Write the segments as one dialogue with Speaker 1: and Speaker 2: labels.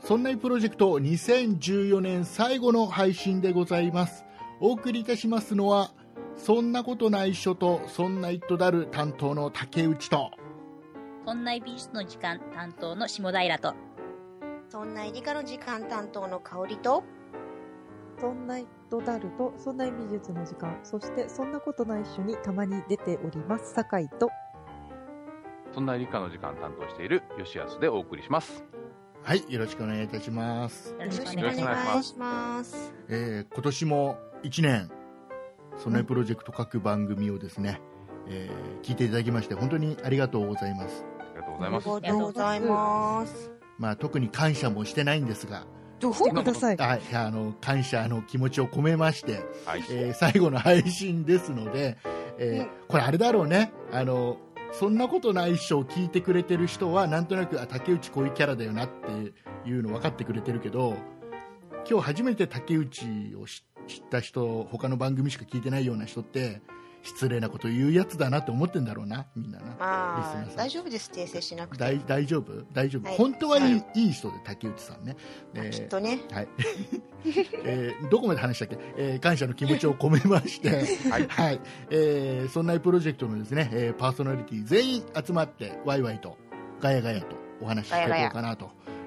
Speaker 1: そんないプロジェクト2014年最後の配信でございますお送りいたしますのはそんなことないっしょとそんな一途だる担当の竹内と
Speaker 2: こんない美術の時間担当の下平と
Speaker 3: そんな理科の時間担当の香りと、
Speaker 4: そんなドダルと、そんな美術の時間、そしてそんなことない一緒にたまに出ております、酒井と、
Speaker 5: そんな理科の時間担当している吉安でお送りします。
Speaker 1: はいよろしくお願いいたします、
Speaker 2: よ
Speaker 3: よろしくお
Speaker 5: よ
Speaker 3: 願
Speaker 5: ろ
Speaker 3: い
Speaker 5: しくお願いします
Speaker 3: します。
Speaker 1: えー今年も1年そんないプロジェクト各番組をですね、えー聞いていただきまして本当にありがとうございます
Speaker 5: ありがとうご
Speaker 3: あ
Speaker 5: ざ
Speaker 3: り
Speaker 5: いま
Speaker 3: がと
Speaker 5: す。
Speaker 3: うございます。
Speaker 1: まあ特に感謝もしてないんですが、
Speaker 3: どう
Speaker 4: 来てください。
Speaker 1: はい、あの感謝の気持ちを込めまして、
Speaker 5: はい。
Speaker 1: えー最後の配信ですので、えー
Speaker 3: ね
Speaker 1: これあれだろうねあのそんなことないっしょを聞いてくれてる人はなんとなくあ竹内こういうキャラだよなっていうの分かってくれてるけど今日初めて竹内を知知った人他の番組しか聞いてないような人って失礼なこと言うやつだなって思ってんだろうなみんなな、
Speaker 3: ま
Speaker 1: リスナーさ
Speaker 3: あ、
Speaker 1: ん
Speaker 3: 大丈夫です、訂正しなくて。
Speaker 1: 大大丈夫大丈夫、
Speaker 3: はい
Speaker 1: 本当はいい,、、
Speaker 5: はい
Speaker 1: い人で竹内さんね、えー
Speaker 3: きっとね。
Speaker 1: はい、えーどこまで話したっけ、えー感謝の気持ちを込めまして、
Speaker 5: はい
Speaker 1: はい、えーそんなプロジェクトのですね、えーパーソナリティ全員集まって、ワイワイと、ガヤガヤとお話ししていこうかなと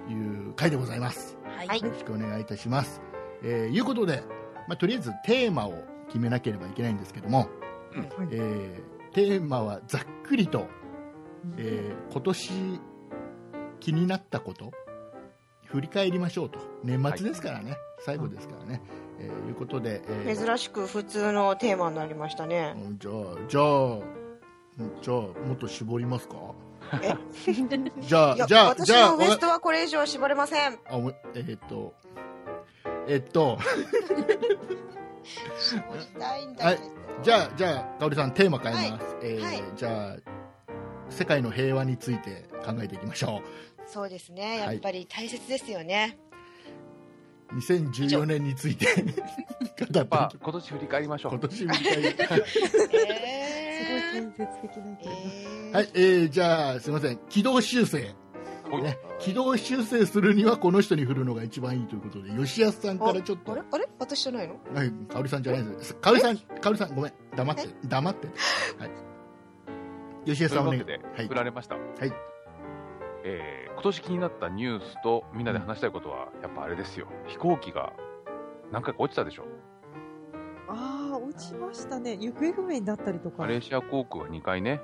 Speaker 1: いう回でございます。
Speaker 2: はい、
Speaker 3: はい
Speaker 1: よろしくお願いいたします。えーいうことで、まあ、とりあえずテーマを決めなければいけないんですけども、
Speaker 4: はい
Speaker 1: えーテーマはざっくりと、えー今年気になったこと振り返りましょうと年末ですからね、最後ですからね、えーいうことで、えー
Speaker 3: 珍しく普通のテーマになりましたね。
Speaker 1: じゃあじゃあじゃあもっと絞りますか
Speaker 3: え
Speaker 1: じゃ
Speaker 3: いや
Speaker 1: あじゃあ
Speaker 3: 私
Speaker 1: じゃあ
Speaker 3: のウエストはこれ以上絞れません。
Speaker 1: あおえーっとえーっと
Speaker 3: 絞りたいん
Speaker 1: は
Speaker 3: だ
Speaker 1: いじゃあじゃあ香織さんテーマ変えます、えー
Speaker 3: はい
Speaker 1: じゃあ世界の平和について考えていきましょう
Speaker 3: そうですね。
Speaker 1: は
Speaker 3: や
Speaker 1: い
Speaker 3: っぱり大切です よね。
Speaker 1: 2014年につい て 語って
Speaker 5: まあ、今年振り返りましょ
Speaker 1: 今
Speaker 5: う。
Speaker 1: 年みたいに
Speaker 4: すごい
Speaker 3: え
Speaker 4: 建設的
Speaker 3: ー
Speaker 4: な意見。
Speaker 3: えー
Speaker 1: はい、えー、じゃあすみません軌道修正、
Speaker 5: はい
Speaker 1: ね、軌道修正するにはこの人に振るのが一番いいということで吉安さんからちょっと
Speaker 3: あれあれ私じゃないの
Speaker 1: はい香織さんじゃないです香織さん香織さんごめん黙って黙ってはい吉安
Speaker 5: と
Speaker 1: さんお願
Speaker 5: い
Speaker 1: いう
Speaker 5: ことで、
Speaker 1: はい
Speaker 5: 振られました。
Speaker 1: い
Speaker 5: えー今年気になったニュースとみんなで話したいことは、やっぱあれですよ。飛行機が何回か落ちたでしょ。
Speaker 4: ああ、落ちましたね。行方不明になったりとか。
Speaker 5: マレーシア航空は2回ね。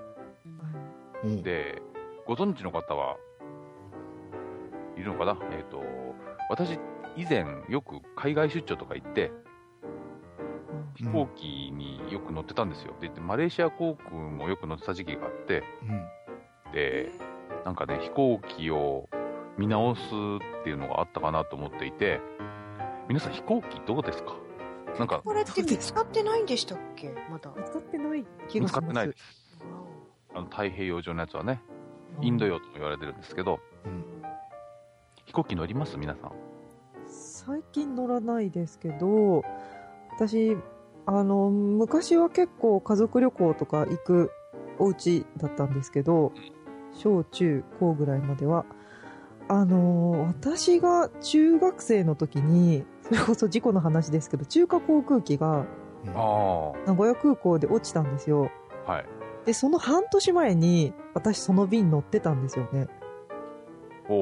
Speaker 1: うん
Speaker 5: で、ご存知の方はいるのかなえっ、と、私、以前よく海外出張とか行って、飛行機によく乗ってたんですよ。で、マレーシア航空もよく乗ってた時期があって、
Speaker 1: うん
Speaker 5: で、なんかね、飛行機を見直すっていうのがあったかなと思っていて、皆さん飛行機どうですかなんか、
Speaker 3: これって見つかってないんでしたっけまだ。
Speaker 4: 見つかってない気
Speaker 5: 見
Speaker 4: が
Speaker 5: つ
Speaker 4: し
Speaker 5: か
Speaker 4: ま
Speaker 5: って
Speaker 4: す。
Speaker 5: ないです。あの太平洋上のやつはね、
Speaker 4: うん
Speaker 5: インド洋とも言われてるんですけど、
Speaker 1: うん
Speaker 5: 飛行機乗ります皆さん。
Speaker 4: 最近乗らないですけど私あの昔は結構家族旅行とか行くお家だったんですけど小中高ぐらいまではあの私が中学生の時にそれこそ事故の話ですけど中華航空機が
Speaker 5: ああ、は
Speaker 4: 名古屋空港で落ちたんですよ
Speaker 5: い。
Speaker 4: でその半年前に私その便乗ってたんですよね
Speaker 5: お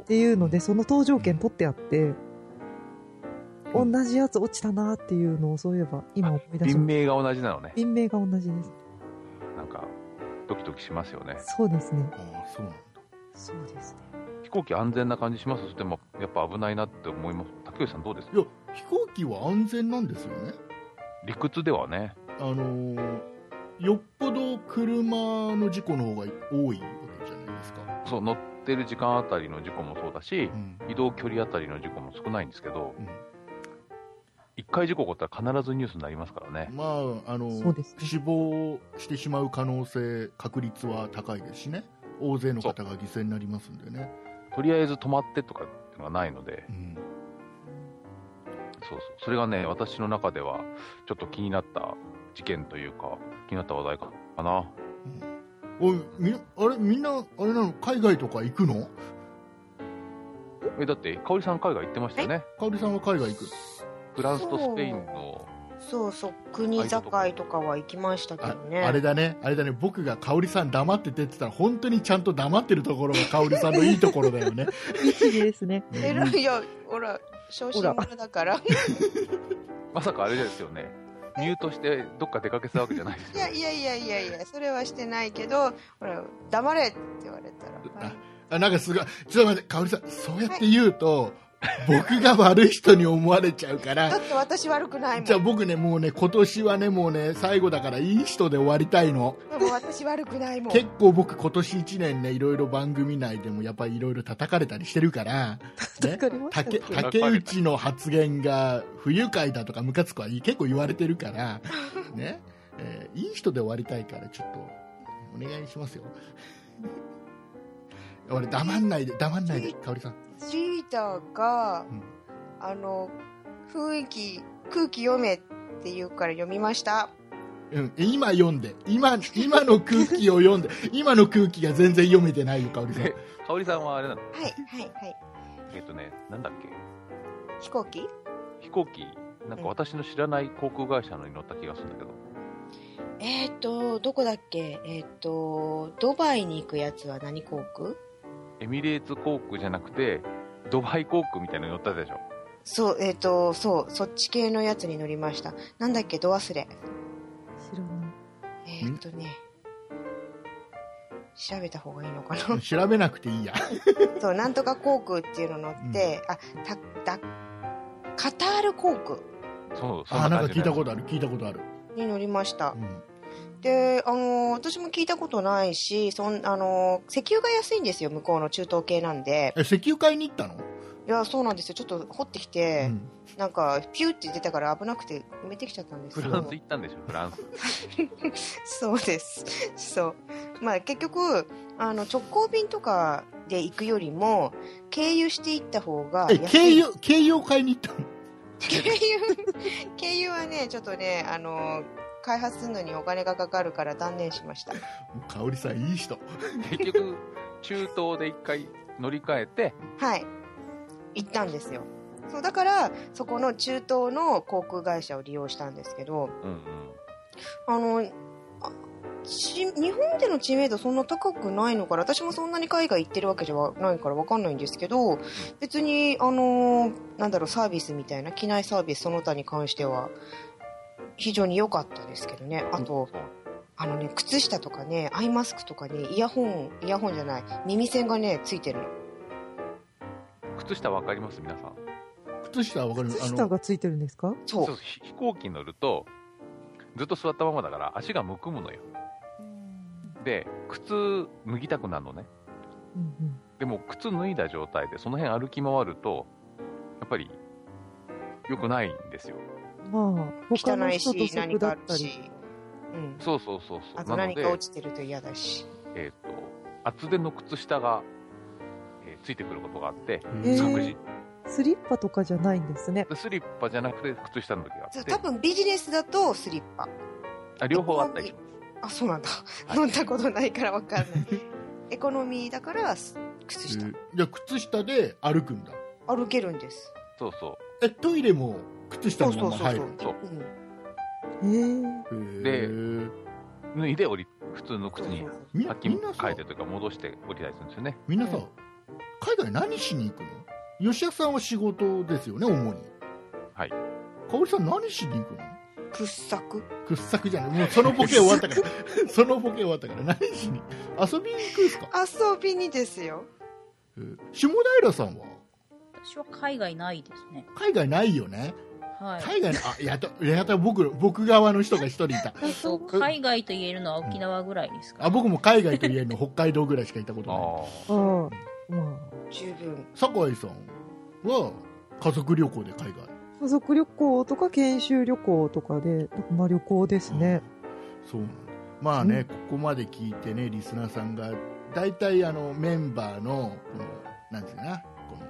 Speaker 5: ー
Speaker 4: っ。ていうのでその搭乗券取ってあって同じやつ落ちたなっていうのをそういえば今思い出しま
Speaker 5: 便
Speaker 4: し
Speaker 5: 名が同じなのね
Speaker 4: た。便名が同じです
Speaker 5: なんか、ドキドキしますよね。
Speaker 4: そうですね
Speaker 1: あーそうなんだ
Speaker 4: そうですね
Speaker 5: 飛行機安全な感じしますそしてもやっぱ危ないなって思います竹内さんどうです
Speaker 1: いや飛行機は安全なんですよね
Speaker 5: 理屈ではね
Speaker 1: あのーよっぽど車の事故の方が多いわけじゃないですか、
Speaker 5: そう乗ってる時間あたりの事故もそうだし
Speaker 1: うん
Speaker 5: 移動距離あたりの事故も少ないんですけど
Speaker 1: うん
Speaker 5: 一回事故起こったら必ずニュースになりますからね
Speaker 1: まあ、あの、
Speaker 4: そうですね
Speaker 1: 死亡してしまう可能性、確率は高いですしね。大勢の方が犠牲になりますんでね。
Speaker 5: とりあえず止まってとかっていうのがないので
Speaker 1: うん
Speaker 5: そうそうそれがね私の中ではちょっと気になった事件というか気になった話題かな
Speaker 1: おいみあれみんなあれなの海外とか行くの？
Speaker 5: えだって、香織さん、海外行ってましたよね、
Speaker 1: かおりさんは海外行く
Speaker 5: フランスとスペインの、
Speaker 3: そうそう国境とかは行きましたけど
Speaker 1: あ
Speaker 3: ね
Speaker 1: あれだねあれだね僕が香織さん黙っててって言ったら本当にちゃんと黙ってるところが香織さんのいいところだよね
Speaker 4: いいですね。
Speaker 3: えらいやほら小心者だから
Speaker 5: まさかあれですよね、ミュートしてどっか出かけてたわけじゃないです
Speaker 3: い
Speaker 5: よ
Speaker 3: やいやいやいやいやそれはしてないけどほら黙れって言われたら、はい
Speaker 1: あなんかすごいちょっと待って香織さんそうやって言うと、僕が悪い人に思われちゃうか
Speaker 3: だ
Speaker 1: ら
Speaker 3: って私悪くないもん
Speaker 1: じゃあ僕ねもうね今年はねもうね最後だからいい人で終わりたいの
Speaker 3: でも私悪くないもん
Speaker 1: 結構僕今年1年ねいろいろ番組内でもやっぱりいろいろ叩かれたりしてるから、
Speaker 4: わ
Speaker 1: ね、
Speaker 4: かりました
Speaker 1: 竹竹内の発言が不愉快だとかムカつくは結構言われてるから、ねえーいい人で終わりたいからちょっとお願いしますよ俺黙んないで黙んないで香織さん
Speaker 3: リーダーが、
Speaker 1: うん
Speaker 3: あの雰囲気空気読めって言うから読みました
Speaker 1: うん、今読んで今今の空気を読んで今の空気が全然読めてないよ香織さん
Speaker 5: ね香織さんはあれなの、
Speaker 3: はいはいはい
Speaker 5: えっとね、なんだっけ、
Speaker 3: 飛行機
Speaker 5: 飛行機、なんか私の知らない航空会社のに乗った気がするんだけど、
Speaker 3: えっ、とどこだっけえっ、とドバイに行くやつは何航空
Speaker 5: エミレーツ航空じゃなくて、ドバイ航空みたいなのに乗ったでしょ、
Speaker 3: そうえっ、とそうそっち系のやつに乗りましたなんだっけど忘れ
Speaker 4: 知らない。
Speaker 3: えっ、とね調べた方がいいのかな
Speaker 1: 調べなくていいや
Speaker 3: そうなんとか航空っていうの乗って、あただカタール航空
Speaker 5: そうそん
Speaker 1: あ
Speaker 5: な
Speaker 1: なん
Speaker 5: 感
Speaker 1: か
Speaker 5: じ
Speaker 1: 聞いた
Speaker 5: と
Speaker 1: ことある聞いたことある、
Speaker 3: に乗りました
Speaker 1: うん
Speaker 3: で、あのー私も聞いたことないしそん、あのー石油が安いんですよ向こうの中東系なんで
Speaker 1: え石油買いに行ったの、
Speaker 3: いやそうなんですよちょっと掘ってきて、
Speaker 1: うん
Speaker 3: なんかピューって出たから危なくて埋めてきちゃったんです
Speaker 5: フ
Speaker 3: け
Speaker 5: ラン
Speaker 3: ど
Speaker 5: ス行ったんでしょ、フランス。
Speaker 3: そうですそうまあ結局あの直行便とかで行くよりも経由していった方が
Speaker 1: え
Speaker 3: 安
Speaker 1: 軽
Speaker 3: い
Speaker 1: 油軽油を買いに行ったの
Speaker 3: 経由経由はねちょっとねあのー開発するのにお金がかかるから断念しました
Speaker 1: 香織さんいい人
Speaker 5: 結局、中東で一回乗り換えて、
Speaker 3: はい行ったんですよそうだからそこの中東の航空会社を利用したんですけど
Speaker 5: うんうん、
Speaker 3: あのあち日本での知名度そんな高くないのから私もそんなに海外行ってるわけじゃないから分かんないんですけど別にあのなんだろうサービスみたいな機内サービスその他に関しては非常に良かったですけどねあと
Speaker 5: そう
Speaker 3: あのね靴下とかねアイマスクとかねイヤホンイヤホンじゃない耳栓がねついてるの
Speaker 5: 靴下わかります、皆さん。
Speaker 1: 靴下はわかる
Speaker 4: 靴
Speaker 1: あ
Speaker 4: 下
Speaker 1: の
Speaker 4: がついてるんですか
Speaker 3: そう
Speaker 5: そうひ飛行機に乗ると、ずっと座ったままだから、足がむくむのよ。で、靴脱ぎたくなるのね。
Speaker 4: うんうん。
Speaker 5: でも、靴脱いだ状態で、その辺歩き回ると、やっぱり、良くないんですよ。
Speaker 4: まあ、他
Speaker 3: 汚
Speaker 4: の
Speaker 3: い
Speaker 4: 人と
Speaker 3: し
Speaker 4: セ
Speaker 3: 何
Speaker 4: ク
Speaker 3: か
Speaker 4: だ
Speaker 3: あ
Speaker 4: っ
Speaker 3: る
Speaker 4: たり。
Speaker 3: し、うん、
Speaker 5: そうそうそうそ
Speaker 3: あ
Speaker 5: う。
Speaker 3: と
Speaker 5: なの
Speaker 3: 何か
Speaker 5: で、
Speaker 3: 落ちてると嫌だし
Speaker 5: えっ、と、厚手の靴下が、えーついてくることがあって、
Speaker 4: へー
Speaker 5: 即時。
Speaker 4: スリッパとかじゃないんですね。
Speaker 5: でスリッパじゃなくて、靴下の時があ
Speaker 3: そう
Speaker 5: って
Speaker 3: 多、分ビジネスだとスリッパ
Speaker 5: あ両方あったりします。
Speaker 3: あそうなんだ、
Speaker 5: はい
Speaker 3: 飲んだことないから分 かんないエコノミーだからす靴下、
Speaker 1: じゃあ靴下で歩くんだ
Speaker 3: 歩けるんです
Speaker 5: そうそう。
Speaker 1: えトイレも靴下
Speaker 3: そう
Speaker 1: の
Speaker 3: そ
Speaker 1: まま
Speaker 3: う
Speaker 1: 入
Speaker 3: そうそ
Speaker 1: る
Speaker 3: う、
Speaker 5: そう
Speaker 3: うん、
Speaker 4: えー、
Speaker 1: へ
Speaker 5: で
Speaker 1: ー
Speaker 5: 脱いで降り、普通の靴に
Speaker 3: そうそうそう
Speaker 1: み
Speaker 5: さっき
Speaker 1: みんな
Speaker 5: 書
Speaker 1: さ
Speaker 5: いてというか戻して降りたりするんですよね。
Speaker 1: みんなさ、
Speaker 3: うん
Speaker 1: 海外何しに行くの吉田さんは仕事ですよね主に
Speaker 5: はい
Speaker 1: 香織さん何しに行くの
Speaker 3: 掘削
Speaker 1: 掘削じゃないもうそのボケ終わったからそのボケ終わったから何しに遊びに行くんですか
Speaker 3: 遊びにですよ
Speaker 1: えー下平さんは
Speaker 2: 私は海外ないですね。
Speaker 1: 海外ないよね
Speaker 2: はい。
Speaker 1: 海外のあやっとやっと僕僕側の人が一人いた
Speaker 2: えっと海外と言えるのは沖縄ぐらいですか、
Speaker 1: あ僕も海外といえるの北海道ぐらいしか行ったことない
Speaker 5: あ
Speaker 4: あーま
Speaker 3: 十分
Speaker 1: 酒井さんは家族旅行で海外
Speaker 4: あ、家族旅行とか研修旅行とかで、まあ旅行ですね。
Speaker 1: そうなんだまあね、ここまで聞いてねリスナーさんが大体あのメンバーのこのなんていうかなこの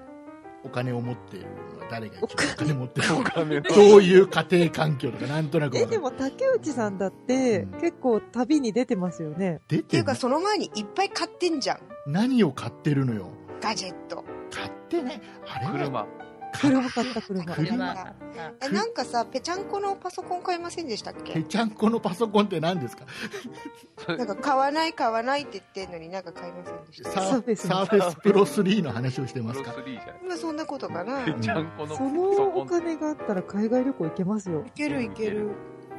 Speaker 1: お金を持っているのは誰が一番お金持ってるの
Speaker 5: あ。お
Speaker 1: か
Speaker 5: 金の。
Speaker 1: どういう家庭環境とかなんとなくわ
Speaker 4: え、
Speaker 1: かる
Speaker 4: でも竹内さんだって
Speaker 1: うん
Speaker 4: 結構旅に出てますよね。
Speaker 1: 出
Speaker 3: ってい
Speaker 1: て
Speaker 3: うか
Speaker 1: な
Speaker 3: その前にいっぱい買ってんじゃん
Speaker 1: 何を買ってるのよ
Speaker 3: ガジェット
Speaker 1: 買っってねあれは
Speaker 5: 車、
Speaker 4: 車買った車。
Speaker 3: 車
Speaker 2: あ
Speaker 3: えなんかさぺちゃんこのパソコン買いませんでしたっ
Speaker 1: ぺ
Speaker 3: け
Speaker 1: ちゃんこのパソコンって何ですか
Speaker 5: それ
Speaker 3: なんか買わない買わないって言ってんのになんか買いませんでした
Speaker 1: サ
Speaker 4: サー
Speaker 1: ー
Speaker 4: フェス
Speaker 1: サーフェスプロ3の話をして
Speaker 5: プ
Speaker 1: ま
Speaker 5: ロ
Speaker 1: す
Speaker 5: ス
Speaker 1: か
Speaker 5: リーじゃない
Speaker 3: まあそんなことかな
Speaker 5: ぺ
Speaker 1: ん
Speaker 5: ちゃんこの
Speaker 4: そ
Speaker 5: パ
Speaker 4: の
Speaker 5: ソ
Speaker 4: お
Speaker 5: コン
Speaker 4: 金があったら海外旅行行けます よ
Speaker 3: い。けるいける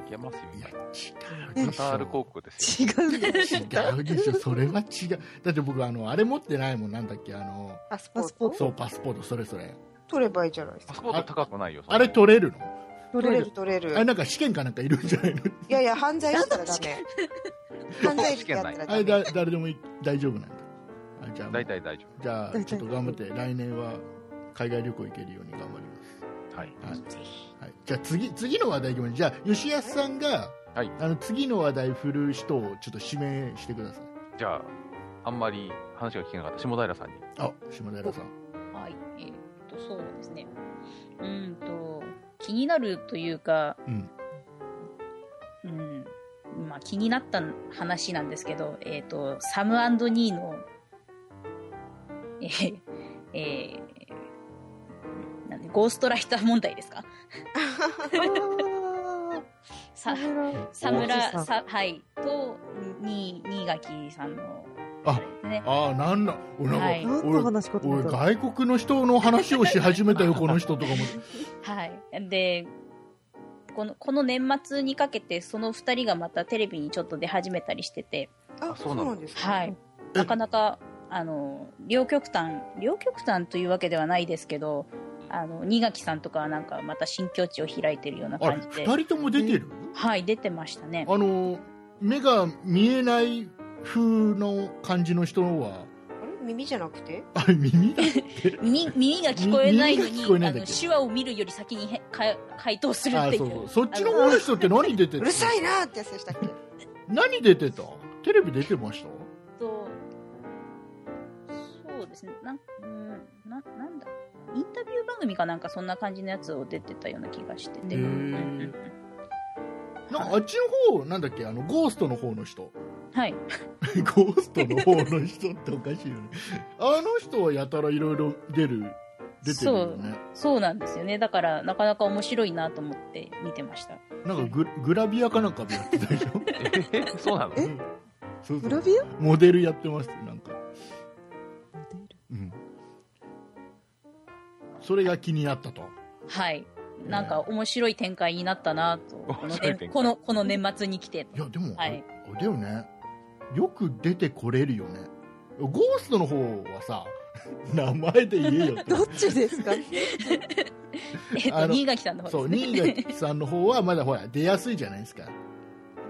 Speaker 5: いけますよ
Speaker 1: いや違
Speaker 4: え
Speaker 1: う
Speaker 5: カ
Speaker 1: でし
Speaker 5: タール航
Speaker 1: ょ
Speaker 5: 空ですよ
Speaker 4: 違うんだ。
Speaker 1: 違うでしょそれは違うだって僕あのあれ持ってないもんなんだっけあの
Speaker 3: パスポ
Speaker 4: パ
Speaker 3: ー
Speaker 4: ス
Speaker 3: ト
Speaker 4: ポート
Speaker 1: そうパスポートそれそれ
Speaker 3: 取ればいいじゃないです
Speaker 5: パ
Speaker 3: か
Speaker 5: スポート高くないよ
Speaker 1: あれ取れるの
Speaker 3: 取
Speaker 4: 取れ
Speaker 3: れる
Speaker 4: る。
Speaker 3: 取れ
Speaker 1: あれ
Speaker 3: る
Speaker 1: なんか試験かなんかいるんじゃないの
Speaker 3: いやいや犯罪したらダメ犯罪
Speaker 5: 試
Speaker 3: 者
Speaker 5: 験
Speaker 3: だ
Speaker 5: な
Speaker 3: っ
Speaker 5: い
Speaker 3: たら
Speaker 1: あれ
Speaker 3: ダメ
Speaker 1: だ誰でもい大丈夫なんだあじゃあ
Speaker 5: 大体大丈
Speaker 1: じゃあ
Speaker 4: 大
Speaker 1: ち
Speaker 4: 体
Speaker 1: ょっと頑張って来年は海外旅行行けるように頑張ります
Speaker 5: 夫はい
Speaker 1: はい、はい、じゃあ次次の話題いきましょうじゃあ吉安さんが、
Speaker 5: はい
Speaker 1: あの次の話題振る人をちょっと指名してください
Speaker 5: じゃああんまり話が聞けなかった下 平さんに
Speaker 1: あ島平さん
Speaker 2: はい。えーっと、そうですね。うーんと、気になるというか、
Speaker 1: うん
Speaker 2: うん。まあ、気になった話なんですけど、えーっと、サムニーの、えー、えーなんで、ゴーストライター問題ですか
Speaker 4: あ
Speaker 2: さ
Speaker 4: ー
Speaker 2: サム
Speaker 4: 王子さ
Speaker 2: ラ、
Speaker 4: ん
Speaker 2: さ、はい、と、に、新垣さんの、
Speaker 1: あ
Speaker 2: ですね。
Speaker 1: ああなんな俺なんか、
Speaker 2: はい
Speaker 4: 何の
Speaker 1: 俺
Speaker 4: 話かと思
Speaker 1: 俺
Speaker 4: ったら。
Speaker 1: 外国の人の話をし始めたよこの人と かも
Speaker 2: はい。で、この、この年末にかけて、その二人がまたテレビにちょっと出始めたりしてて、
Speaker 3: あ
Speaker 5: あ
Speaker 3: そ
Speaker 5: そううなの
Speaker 3: なんですか
Speaker 2: はい。なかなか、あの、両極端、両極端というわけではないですけど、あの、新垣さんとかはなんかまた新境地を開いてるような
Speaker 1: あれ
Speaker 2: 感じで、
Speaker 1: 2人とも出てる、
Speaker 2: はい、出てましたね。
Speaker 1: あの目が見えない風の感じの人は
Speaker 3: あれ耳じゃなくて
Speaker 1: あれ耳 だ
Speaker 2: 耳耳が聞こえないの
Speaker 1: 耳
Speaker 2: に
Speaker 1: が聞こえない
Speaker 2: あ
Speaker 1: んだ
Speaker 2: の
Speaker 1: っけ
Speaker 2: 手話を見るより先にへか回答するっ
Speaker 1: あ
Speaker 2: てい
Speaker 1: そううそうそっちの方の人って何出て
Speaker 3: う
Speaker 1: た
Speaker 3: るさいなーってやつでしたっけ
Speaker 1: 何出てたテレビ出てました
Speaker 2: とそうですねなんうんななんだインタビュー番組かなんかそんな感じのやつを出てたような気がしてて、
Speaker 1: へー
Speaker 2: うん
Speaker 1: なんかあっちの方なんだっけあのゴーストの方の人
Speaker 2: はい
Speaker 1: ゴーストの方の人っておかしいよね あの人はやたらいろいろ出る出てるよね
Speaker 2: そうなんですよねだからなかなか面白いなと思って見てました
Speaker 1: なんかググラビアかなんかもやってたでし ょ
Speaker 5: えそうなの
Speaker 1: うんそう
Speaker 4: グ
Speaker 1: そ
Speaker 4: ラ
Speaker 1: う
Speaker 4: ビア
Speaker 1: モデルやってますなんか、うん、それが気になったと
Speaker 2: はいなんか面白い展開になったなとこ
Speaker 5: 面
Speaker 2: の
Speaker 5: 白い展開
Speaker 2: このこの年末に来て
Speaker 1: いやでも、
Speaker 2: はい
Speaker 1: あれだよねよく出てこれるよねゴーストの方はさ 名前で言え よって
Speaker 4: どっちですか
Speaker 2: え っ
Speaker 1: あ
Speaker 2: と
Speaker 1: の
Speaker 2: 新垣さんの
Speaker 1: そ
Speaker 2: 方
Speaker 1: う
Speaker 2: ですね
Speaker 1: 新垣さんの方はまだほら出やすいじゃないです か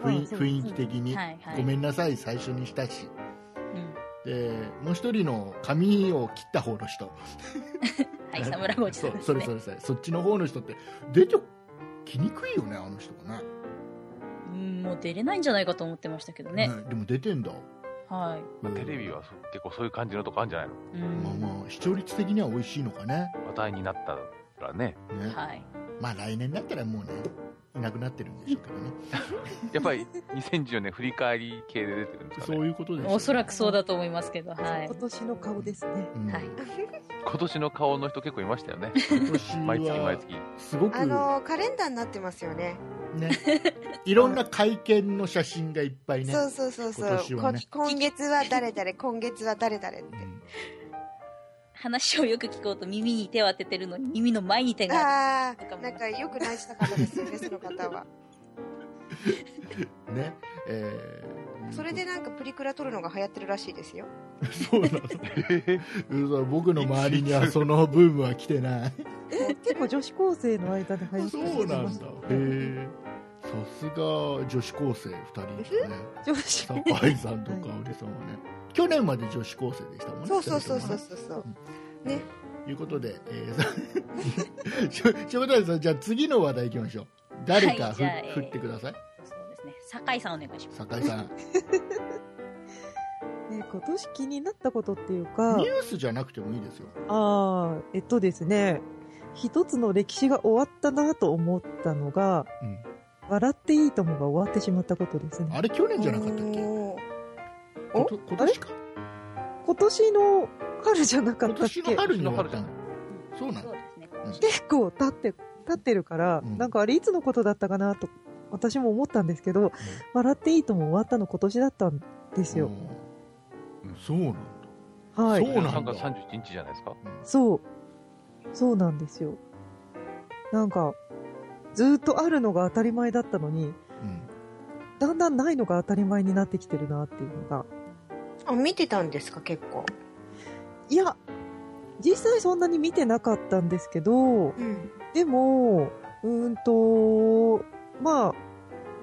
Speaker 1: 雰囲
Speaker 4: あそうです
Speaker 1: 雰囲気的に、
Speaker 2: はいはい
Speaker 1: ごめんなさい最初にしたし
Speaker 2: うん
Speaker 1: でもう一人の髪を切った方の人
Speaker 2: はい沢村浩 二
Speaker 1: そ
Speaker 2: さん
Speaker 1: う
Speaker 2: で
Speaker 1: そ
Speaker 2: すね
Speaker 1: れそれそれそっちの方の人って出てきにくいよねあの人がね
Speaker 2: うんもう出れないんじゃないかと思ってましたけどね、
Speaker 1: でも出てんだ、
Speaker 2: はい
Speaker 1: うん
Speaker 5: テレビはそ結構そういう感じのとこあるんじゃないの
Speaker 2: うん
Speaker 1: まあまあ視聴率的には美味しいのかね
Speaker 5: 話題になったらね
Speaker 1: ね
Speaker 2: はい
Speaker 1: まあ来年だったらもうねいなくなってるんでしょうけどね
Speaker 5: やっぱり2014年振り返り系で出てるんですか
Speaker 1: そう
Speaker 5: ね
Speaker 1: いうことですよね
Speaker 2: おそらくそうだと思いますけど、はい
Speaker 4: 今。年の顔ですね。
Speaker 1: うん
Speaker 2: はい。
Speaker 5: 今年の顔の人結構いましたよね
Speaker 1: 今年
Speaker 5: 毎月毎
Speaker 1: は
Speaker 5: 月
Speaker 1: すごく
Speaker 3: あのーカレンダーになってますよね
Speaker 1: ね いろんな会見の写真がいっぱいね
Speaker 3: そうそうそうそう
Speaker 1: 今年はね
Speaker 3: こ今月は誰々今月は誰々って
Speaker 1: うん
Speaker 2: 話をよく聞こうと耳に手を当ててるのに耳の前に手があ
Speaker 3: あ
Speaker 2: とか
Speaker 3: あ
Speaker 2: も
Speaker 3: なんかよく泣いてた方ですよねその方は
Speaker 1: ねえー
Speaker 3: それでなんかプリクラ撮るのが流行ってるらしいですよ
Speaker 1: そう なの嘘僕の周りにはそのブームは来て ない
Speaker 4: 結構女子高生の間で入って
Speaker 1: そうなんだ。へ
Speaker 4: へ
Speaker 1: え。さすが女子高生二人ですね。
Speaker 4: 女子高生。
Speaker 1: 酒井さんとか織さんはね。去年まで女子高生でしたもんね。
Speaker 3: そうそうそう
Speaker 1: 二人
Speaker 3: そう
Speaker 1: ともね
Speaker 3: そうそう
Speaker 1: ということで、えーさ しょ、しょうがないです。じゃあ次の話題いきましょう。誰か
Speaker 2: はい
Speaker 1: ふ、
Speaker 2: じゃあえー
Speaker 1: 振ってください。
Speaker 2: そうですね。酒井さんお願いします。
Speaker 1: 酒井さん。
Speaker 4: え今年気になったことっていうか
Speaker 1: ニ、ュースじゃなくてもいいですよ。
Speaker 4: ああ、えっとですね、一つの歴史が終わったなと思ったのが、
Speaker 1: うん
Speaker 4: 笑っていいともが終わってしまったことですね。
Speaker 1: あれ去年じゃなかったっけ
Speaker 3: おー
Speaker 1: こと今年か。
Speaker 4: 今年の春じゃなかっ
Speaker 1: 今
Speaker 4: たっ
Speaker 1: 年の
Speaker 4: け
Speaker 1: 春に終わったのそうな
Speaker 2: そ
Speaker 1: の
Speaker 2: うですね。
Speaker 4: 結構経って経ってるから、
Speaker 1: うん
Speaker 4: なんかあれいつのことだったかなと私も思ったんですけど「笑っていいとも」終わったの今年だったんですよ、
Speaker 1: うんそうなの
Speaker 4: はい
Speaker 1: そうなんだ
Speaker 5: 3月31日じゃないですか。
Speaker 4: そうそうなんですよなんかずーっとあるのが当たり前だったのに
Speaker 1: うん
Speaker 4: だんだんないのが当たり前になってきてるなっていうのが
Speaker 3: あ見てたんですか結構、
Speaker 4: いや実際そんなに見てなかったんですけど
Speaker 3: うん、
Speaker 4: でも、うーんと、まあ、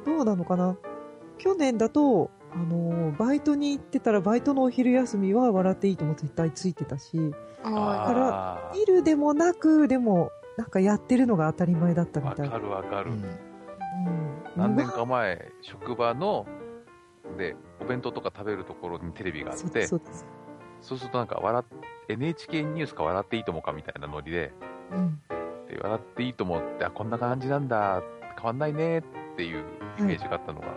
Speaker 4: どうなのかな。去年だと、あのーバイトに行ってたら、バイトのお昼休みは笑っていいとも絶対ついてたし、
Speaker 3: あ
Speaker 4: から
Speaker 5: あ
Speaker 4: 見るでもなく、でも、なんかやってるのが当たり前だった
Speaker 5: ー
Speaker 4: み
Speaker 5: わ
Speaker 4: たい。
Speaker 5: かるわかる。
Speaker 4: うん
Speaker 5: 何年か前、職場の、で、お弁当とか食べるところにテレビがあっ
Speaker 4: そう
Speaker 5: て、
Speaker 4: です、
Speaker 5: そ
Speaker 4: そううです。
Speaker 5: するとなんか笑っ、NHK ニュースか笑っていいともかみたいなノリで、
Speaker 4: うん
Speaker 5: で笑っていいともって、あ、こんな感じなんだ、変わんないねっていうイメージがあったのが、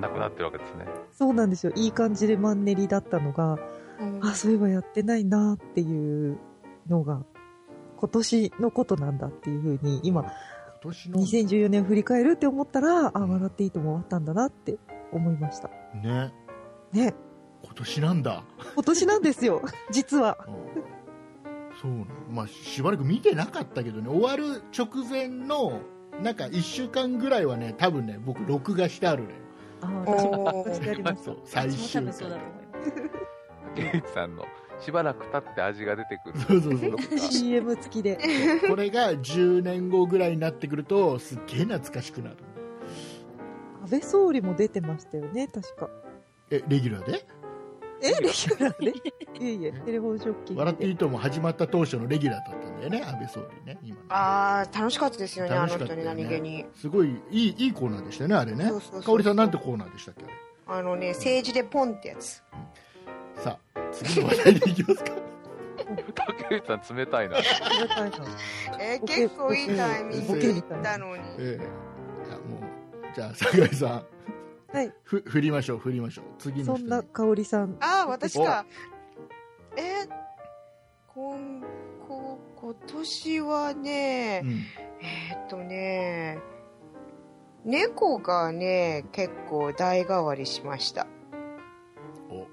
Speaker 5: なくなってるわけですね。
Speaker 4: そうなんですよ。いい感じでマンネリだったのが、
Speaker 3: うん
Speaker 4: あ、そういえばやってないなっていうのが、今年のことなんだっていうふうに、今、
Speaker 1: 今年の
Speaker 4: 2014年振り返るって思ったら、あ、笑っていいとも終わったんだなって思いました。
Speaker 1: ね
Speaker 4: ね。
Speaker 1: 今年なんだ、
Speaker 4: 今年なんですよ、 実は。
Speaker 1: そうなのまあしばらく見てなかったけどね終わる直前のなんか1週間ぐらいはね多分ね僕録画してあ るね
Speaker 4: あ、
Speaker 3: 私も
Speaker 4: 私も、
Speaker 3: 私
Speaker 4: やりました
Speaker 1: そう。最
Speaker 2: 私も
Speaker 1: 終
Speaker 2: 多分
Speaker 1: 回
Speaker 2: そうだと思います。
Speaker 5: 竹内さんの、しばらく経って味が出てくる。
Speaker 1: そうそうそう
Speaker 5: とか
Speaker 4: CM 付きで。
Speaker 1: これが10年後ぐらいになってくるとすっげえ懐かしくなる
Speaker 4: 安倍総理も出てましたよね、確か。
Speaker 1: えレギュラーで
Speaker 4: え、レギュラーでいえいえ、テレフォンショッキングで。
Speaker 1: 笑っていいとも始まった当初のレギュラーだったんだよね安倍総理ね今ね
Speaker 3: あー楽しかったですよねあ
Speaker 1: 楽し
Speaker 3: の
Speaker 1: かっ
Speaker 3: 人
Speaker 1: たよ
Speaker 3: に
Speaker 1: ね
Speaker 3: 何気に
Speaker 1: すごいいいいいコーナーでしたよねあれね
Speaker 3: そうそうそう
Speaker 1: 香織さんなんてコーナーでしたっけあれ
Speaker 3: あのね政治でポンってやつ
Speaker 1: さあ次の話題に行きますか
Speaker 5: 竹内さん冷たいな。
Speaker 4: 冷たいな
Speaker 3: えー
Speaker 4: ボケ
Speaker 3: 結構いいタイミングで行ったのに
Speaker 1: ええいやもうじゃあ酒井さん
Speaker 4: はい
Speaker 1: ふ振りましょう振りましょう次の
Speaker 4: そ
Speaker 1: 人
Speaker 4: ん
Speaker 1: に
Speaker 4: な香織さん。
Speaker 3: ああ私かえー、こんこ今年はね、
Speaker 1: うん
Speaker 3: えーっとね猫がね結構代替わりしました
Speaker 1: お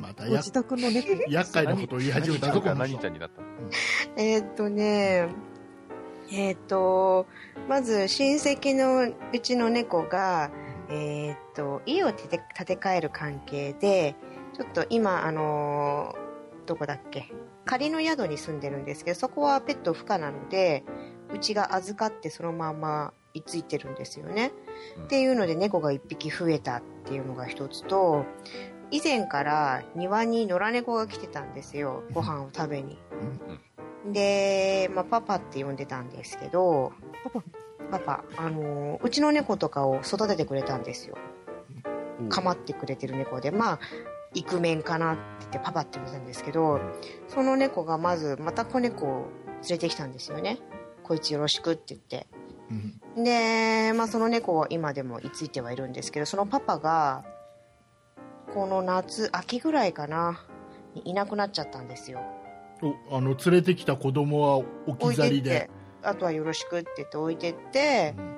Speaker 1: また
Speaker 4: ご
Speaker 1: や
Speaker 4: 自宅の猫。
Speaker 1: 厄介なことを言い始めたぞこの
Speaker 5: 何
Speaker 1: 人
Speaker 5: ちゃんになったの
Speaker 3: えーっとねえーっとまず親戚のうちの猫が、えーっと家を建て建て替える関係でちょっと今あのーどこだっけ仮の宿に住んでるんですけどそこはペット不可なのでうちが預かってそのまま居ついてるんですよね、
Speaker 5: うん
Speaker 3: っていうので猫が1匹増えたっていうのが一つと以前から庭に野良猫が来てたんですよご飯を食べに、で、まあ、パパって呼んでたんですけど
Speaker 4: パパ
Speaker 3: パパあのうちの猫とかを育ててくれたんですよ構ってくれてる猫でまあイクメンかなって言ってパパって呼んでたんですけどその猫がまずまた子猫を連れてきたんですよねこいつよろしくって言って
Speaker 1: うん
Speaker 3: で、まあ、その猫は今でも居ついてはいるんですけどそのパパがこの夏秋ぐらいかなにいなくなっちゃったんですよ
Speaker 1: おあの連れてきた子供は置き
Speaker 3: 置いて
Speaker 1: 去
Speaker 3: っ
Speaker 1: り
Speaker 3: て
Speaker 1: で、
Speaker 3: あとはよろしくって言って置いてって
Speaker 1: うん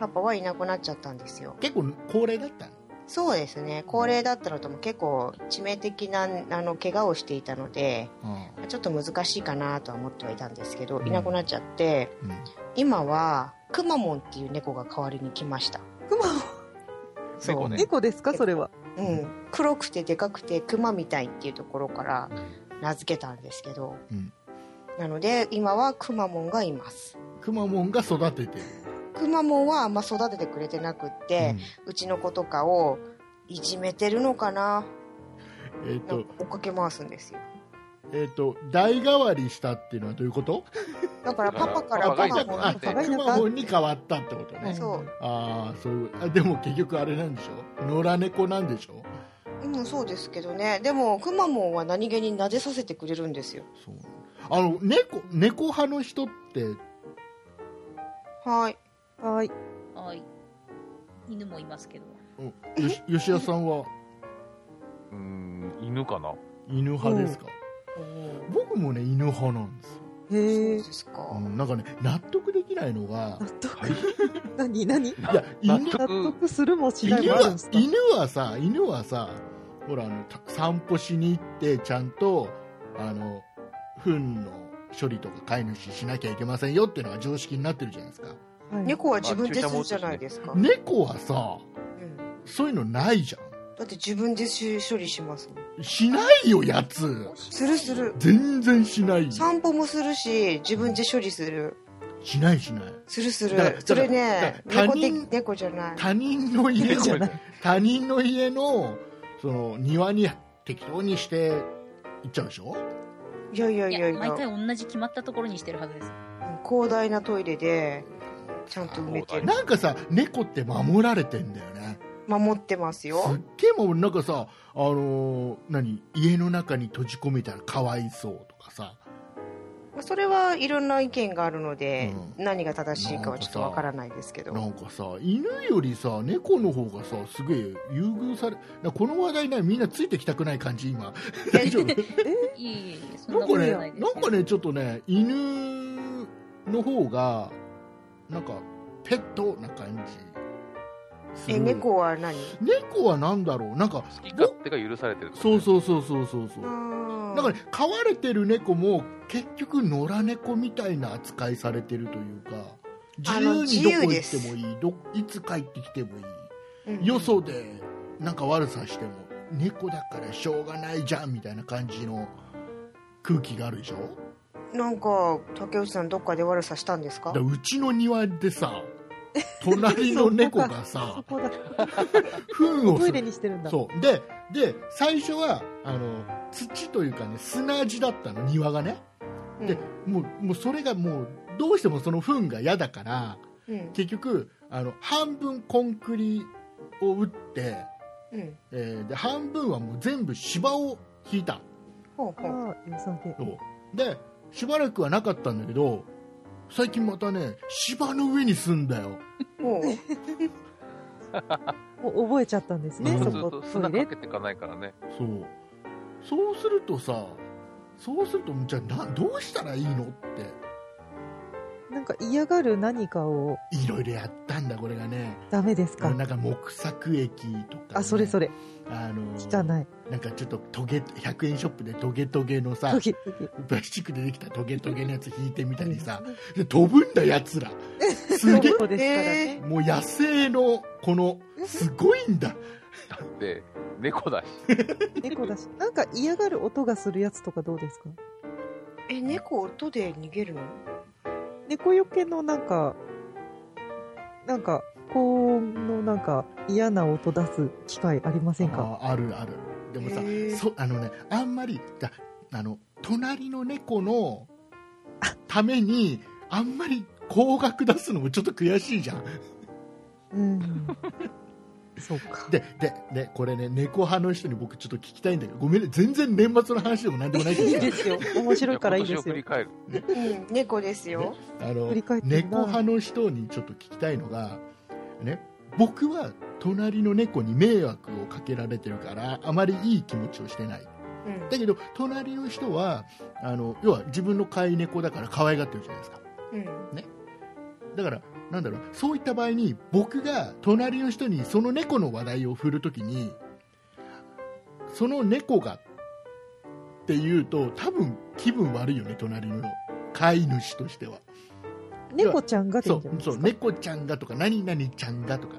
Speaker 3: パパはいなくなっちゃったんですよ
Speaker 1: 結構高齢だったの
Speaker 3: そうですね高齢だったのとも結構致命的なあの怪我をしていたので
Speaker 1: ああ
Speaker 3: ちょっと難しいかなとは思ってはいたんですけど
Speaker 1: うん
Speaker 3: いなくなっちゃって、
Speaker 1: うん
Speaker 3: 今はくまモンっていう猫が代わりに来ました
Speaker 4: 熊を
Speaker 3: そう
Speaker 5: 猫ね
Speaker 4: 猫ですか、それは。
Speaker 3: うん、黒くてでかくてクマみたいっていうところから名付けたんですけど、
Speaker 1: うん
Speaker 3: なので今はくまモンがいます
Speaker 1: くまモンが育ててる、
Speaker 3: くまモンはあんま育ててくれてなくって、うちの子とかをいじめてるのかな
Speaker 1: うんえっ、
Speaker 3: なん
Speaker 1: と
Speaker 3: か追っかけ回すんですよ
Speaker 1: えっ、と代替わりしたっていうのはどういうこと
Speaker 3: だからパパからパ
Speaker 5: パパがいな
Speaker 3: マ
Speaker 5: く
Speaker 3: モン
Speaker 5: なっ
Speaker 3: に
Speaker 5: て
Speaker 1: くまモンに変わったってことね、
Speaker 3: そう
Speaker 1: ああそういうあでも結局あれなんでしょ野良猫なんでしょ
Speaker 3: うん、そうですけどね。でも、くまモンは何気に撫でさせてくれるんですよ。
Speaker 1: そうあの猫猫派の人って
Speaker 3: はい。
Speaker 4: はい。
Speaker 2: はい。犬もいますけど。
Speaker 1: うんよし吉田さんは
Speaker 5: うーん、犬かな
Speaker 1: 犬派ですか、
Speaker 3: うん
Speaker 1: 僕もね犬派なんですよ、
Speaker 4: へえ
Speaker 3: そうですか。
Speaker 1: うんなんかね納得できないのが
Speaker 4: 納得、 何何
Speaker 1: いや
Speaker 5: 納
Speaker 1: 犬
Speaker 4: 納
Speaker 5: 得
Speaker 4: 得するもしない
Speaker 1: 犬
Speaker 4: もあるん
Speaker 1: は
Speaker 4: ですか
Speaker 1: 犬はさ犬はさほらあのた散歩しに行ってちゃんとあの糞の処理とか飼い主しなきゃいけませんよっていうのが常識になってるじゃないですか
Speaker 4: はい
Speaker 3: 猫は自分でするじゃないですか。
Speaker 1: 猫はさ
Speaker 3: うん
Speaker 1: そういうのないじゃ
Speaker 3: だって自分でし処理しますもん
Speaker 1: んしないよやつ
Speaker 3: するする
Speaker 1: 全然しないよ
Speaker 3: 散歩もするし自分で処理する
Speaker 1: しないしない
Speaker 3: するする
Speaker 1: だから
Speaker 3: それ
Speaker 1: だ
Speaker 3: ね
Speaker 1: から他
Speaker 3: 猫で
Speaker 1: 人
Speaker 3: 猫じゃない
Speaker 1: 他人の家
Speaker 4: じゃ
Speaker 1: の
Speaker 4: ない
Speaker 1: 他人の家のその庭に適当にして行っちゃうでしょ
Speaker 3: いやいや
Speaker 2: い
Speaker 3: いや
Speaker 2: や、
Speaker 3: い
Speaker 2: 毎回
Speaker 3: や
Speaker 2: 同じ決まったところにしてるはずです。
Speaker 3: 広大なトイレでちゃんと埋めてる
Speaker 1: なんかさ猫って守られてんだよね
Speaker 3: 守ってますよ
Speaker 1: すっげえもうなんかさあのー何家の中に閉じ込めたらかわいそうとかさ
Speaker 3: まあそれはいろんな意見があるので、
Speaker 1: う
Speaker 3: 何が正しいかはちょっとわからないですけど
Speaker 1: なんかさ犬よりさ猫の方がさすげえ優遇されなこの話題ねみんなついてきたくない感じ今大丈夫
Speaker 2: いえいえいえ、そん
Speaker 1: な
Speaker 2: なんこ
Speaker 1: か
Speaker 2: と
Speaker 1: ね
Speaker 2: ないです。
Speaker 1: なんかねちょっとね犬の方がなんかペットな感じする
Speaker 3: え猫は何
Speaker 1: 猫はなんだろうなんか
Speaker 5: 好き勝手が許されてる
Speaker 1: そう
Speaker 5: う
Speaker 1: そうそうそうそうそう
Speaker 3: な
Speaker 1: だから、ね、飼われてる猫も結局野良猫みたいな扱いされてるというか自
Speaker 3: あ
Speaker 1: 由
Speaker 3: の
Speaker 1: にどこ
Speaker 3: 自由で
Speaker 1: 行
Speaker 3: す
Speaker 1: ってもいいどいつ帰ってきてもい
Speaker 3: うん
Speaker 1: いよそでなんか悪さしても猫だからしょうがないじゃんみたいな感じの空気があるでしょ
Speaker 3: なんか竹内さんどっかで悪さしたんですか
Speaker 1: だからうちの庭で さ隣の猫が
Speaker 4: そ
Speaker 1: さ
Speaker 4: こだ
Speaker 1: 糞を
Speaker 4: ト
Speaker 1: す
Speaker 4: イレ
Speaker 1: る
Speaker 4: にしてるんだ
Speaker 1: そうでで最初はあの土というかね砂地だったの庭がね
Speaker 3: うん
Speaker 1: でもうもうそれがもうどうしてもその糞が嫌だから
Speaker 3: うん
Speaker 1: 結局あの半分コンクリを打って、
Speaker 3: うん
Speaker 1: えーで半分はもう全部芝を引いた
Speaker 3: ほうほ
Speaker 4: あ
Speaker 3: う
Speaker 4: あ良さげ
Speaker 1: でしばらくはなかったんだけど最近またね芝の上に住んだよ
Speaker 3: ほう
Speaker 4: もう覚えちゃったんです
Speaker 5: ず
Speaker 4: ね
Speaker 5: っ
Speaker 4: そ
Speaker 5: と
Speaker 4: こ
Speaker 5: 砂
Speaker 4: トイレ
Speaker 5: かけていかないからね
Speaker 1: そうそうするとさそうするとじゃあなどうしたらいいのって
Speaker 4: なんか嫌がる何かを
Speaker 1: いろいろやったんだこれがね
Speaker 4: ダメですか
Speaker 1: なんか木作液とかね、
Speaker 4: あそれそれ
Speaker 1: あの
Speaker 4: 聞かない
Speaker 1: なんかちょっとトゲ100円ショップでトゲトゲのさ
Speaker 4: トゲトゲ
Speaker 1: プラスチックでできたトゲトゲのやつ引いてみたりさで飛ぶんだや つらすげ
Speaker 4: ロボットですからね
Speaker 1: もう野生のこのすごいんだ
Speaker 5: だって猫だし
Speaker 4: 猫だしなんか嫌がる音がするやつとかどうですか
Speaker 3: え猫音で逃げるの
Speaker 4: 猫よけのなんかなんか高音のなんか嫌な音出す機会ありませんか
Speaker 1: ああるあるでもさ
Speaker 3: へー
Speaker 1: そあのねあんまりだあの隣の猫のためにあんまり高額出すのもちょっと悔しいじゃん
Speaker 4: うんそうか
Speaker 1: でででこれね猫派の人に僕ちょっと聞きたいんだけどごめんね全然年末の話でも何でもないけど
Speaker 4: いい
Speaker 1: さ
Speaker 4: ですよ面白いからいいです
Speaker 5: 今年を振
Speaker 4: よ
Speaker 5: り返る
Speaker 3: うん、猫ですよ。
Speaker 1: あの
Speaker 4: 振り返ってるな
Speaker 1: 猫派の人にちょっと聞きたいのが、ね、僕は隣の猫に迷惑をかけられてるからあまりいい気持ちをしてない
Speaker 3: うん
Speaker 1: だけど隣の人はあの要は自分の飼い猫だから可愛がってるじゃないですか
Speaker 3: うん、
Speaker 1: だからなんだろうそういった場合に僕が隣の人にその猫の話題を振るときにその猫がっていうと多分気分悪いよね隣の飼い主としては。
Speaker 4: 猫ちゃんがでい
Speaker 1: そ
Speaker 4: いんじゃな
Speaker 1: う
Speaker 4: い
Speaker 1: そ
Speaker 4: で
Speaker 1: う
Speaker 4: すか
Speaker 1: 猫ちゃんがとか何々ちゃんがとか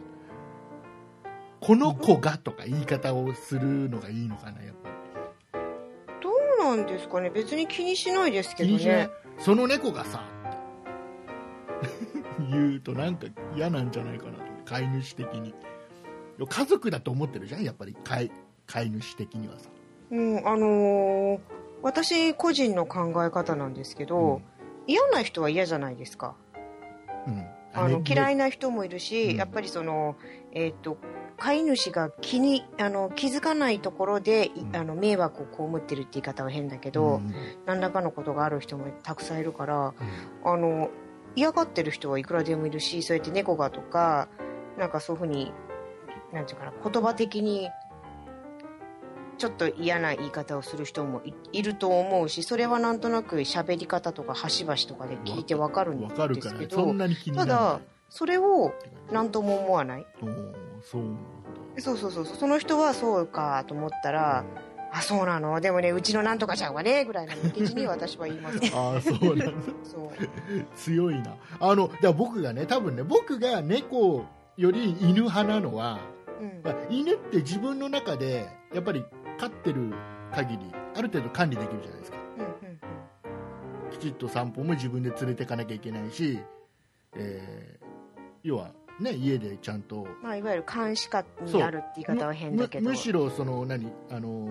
Speaker 1: この子がとか言い方をするのがいいのかなやっぱ
Speaker 3: どうなんですかね別に気にしないですけ
Speaker 1: 気
Speaker 3: ど
Speaker 1: にしない
Speaker 3: ね
Speaker 1: その猫がさ って言うとなんか嫌なんじゃないかなと飼い主的に家族だと思ってるじゃんやっぱり飼い飼い主的にはさ、
Speaker 3: うんあのー私個人の考え方なんですけど、嫌な人は嫌じゃないですか
Speaker 1: うん、
Speaker 3: あの
Speaker 1: れ
Speaker 3: 嫌いな人もいるし、
Speaker 1: うん
Speaker 3: やっぱりそのえーっと飼い主が気にあの気づかないところで、い
Speaker 1: うん
Speaker 3: あの迷惑を被ってるって言い方は変だけ
Speaker 1: う
Speaker 3: ど、
Speaker 1: ん
Speaker 3: 何らかのことがある人もたくさんいるからあの嫌がってる人はいくらでもいるしそうやって猫がとかなんかそういうふうになんていうかな言葉的にちょっと嫌な言い方をする人もいいると思うしそれはなんとなく喋り方とか端々とかで聞いてわかるん
Speaker 1: わかる
Speaker 3: で
Speaker 1: か
Speaker 3: す
Speaker 1: ら、
Speaker 3: け
Speaker 1: そ
Speaker 3: ど
Speaker 1: んなに気にな
Speaker 3: た
Speaker 1: らな
Speaker 3: だそれを
Speaker 1: い
Speaker 3: 何とも思わない
Speaker 1: おーそうなんだ
Speaker 3: そうそうそうそうその人はそうかと思ったらあそうなのでもねうちのなんとかちゃんはねぐらいの気持ちに私は言い ます
Speaker 1: ああそうなんだ
Speaker 3: そう
Speaker 1: 強いなあのだから僕がね多分ね僕が猫より犬派なのは、
Speaker 3: うん
Speaker 1: まあ、犬って自分の中でやっぱり飼ってる限りある程度管理できるじゃないですか
Speaker 3: うんう
Speaker 1: き
Speaker 3: ん
Speaker 1: ちっと散歩も自分で連れていかなきゃいけないし、えー要はね家でちゃんと
Speaker 3: まあ、いわゆる監視下にあるって言い方は変だけど
Speaker 1: むむしろその何あの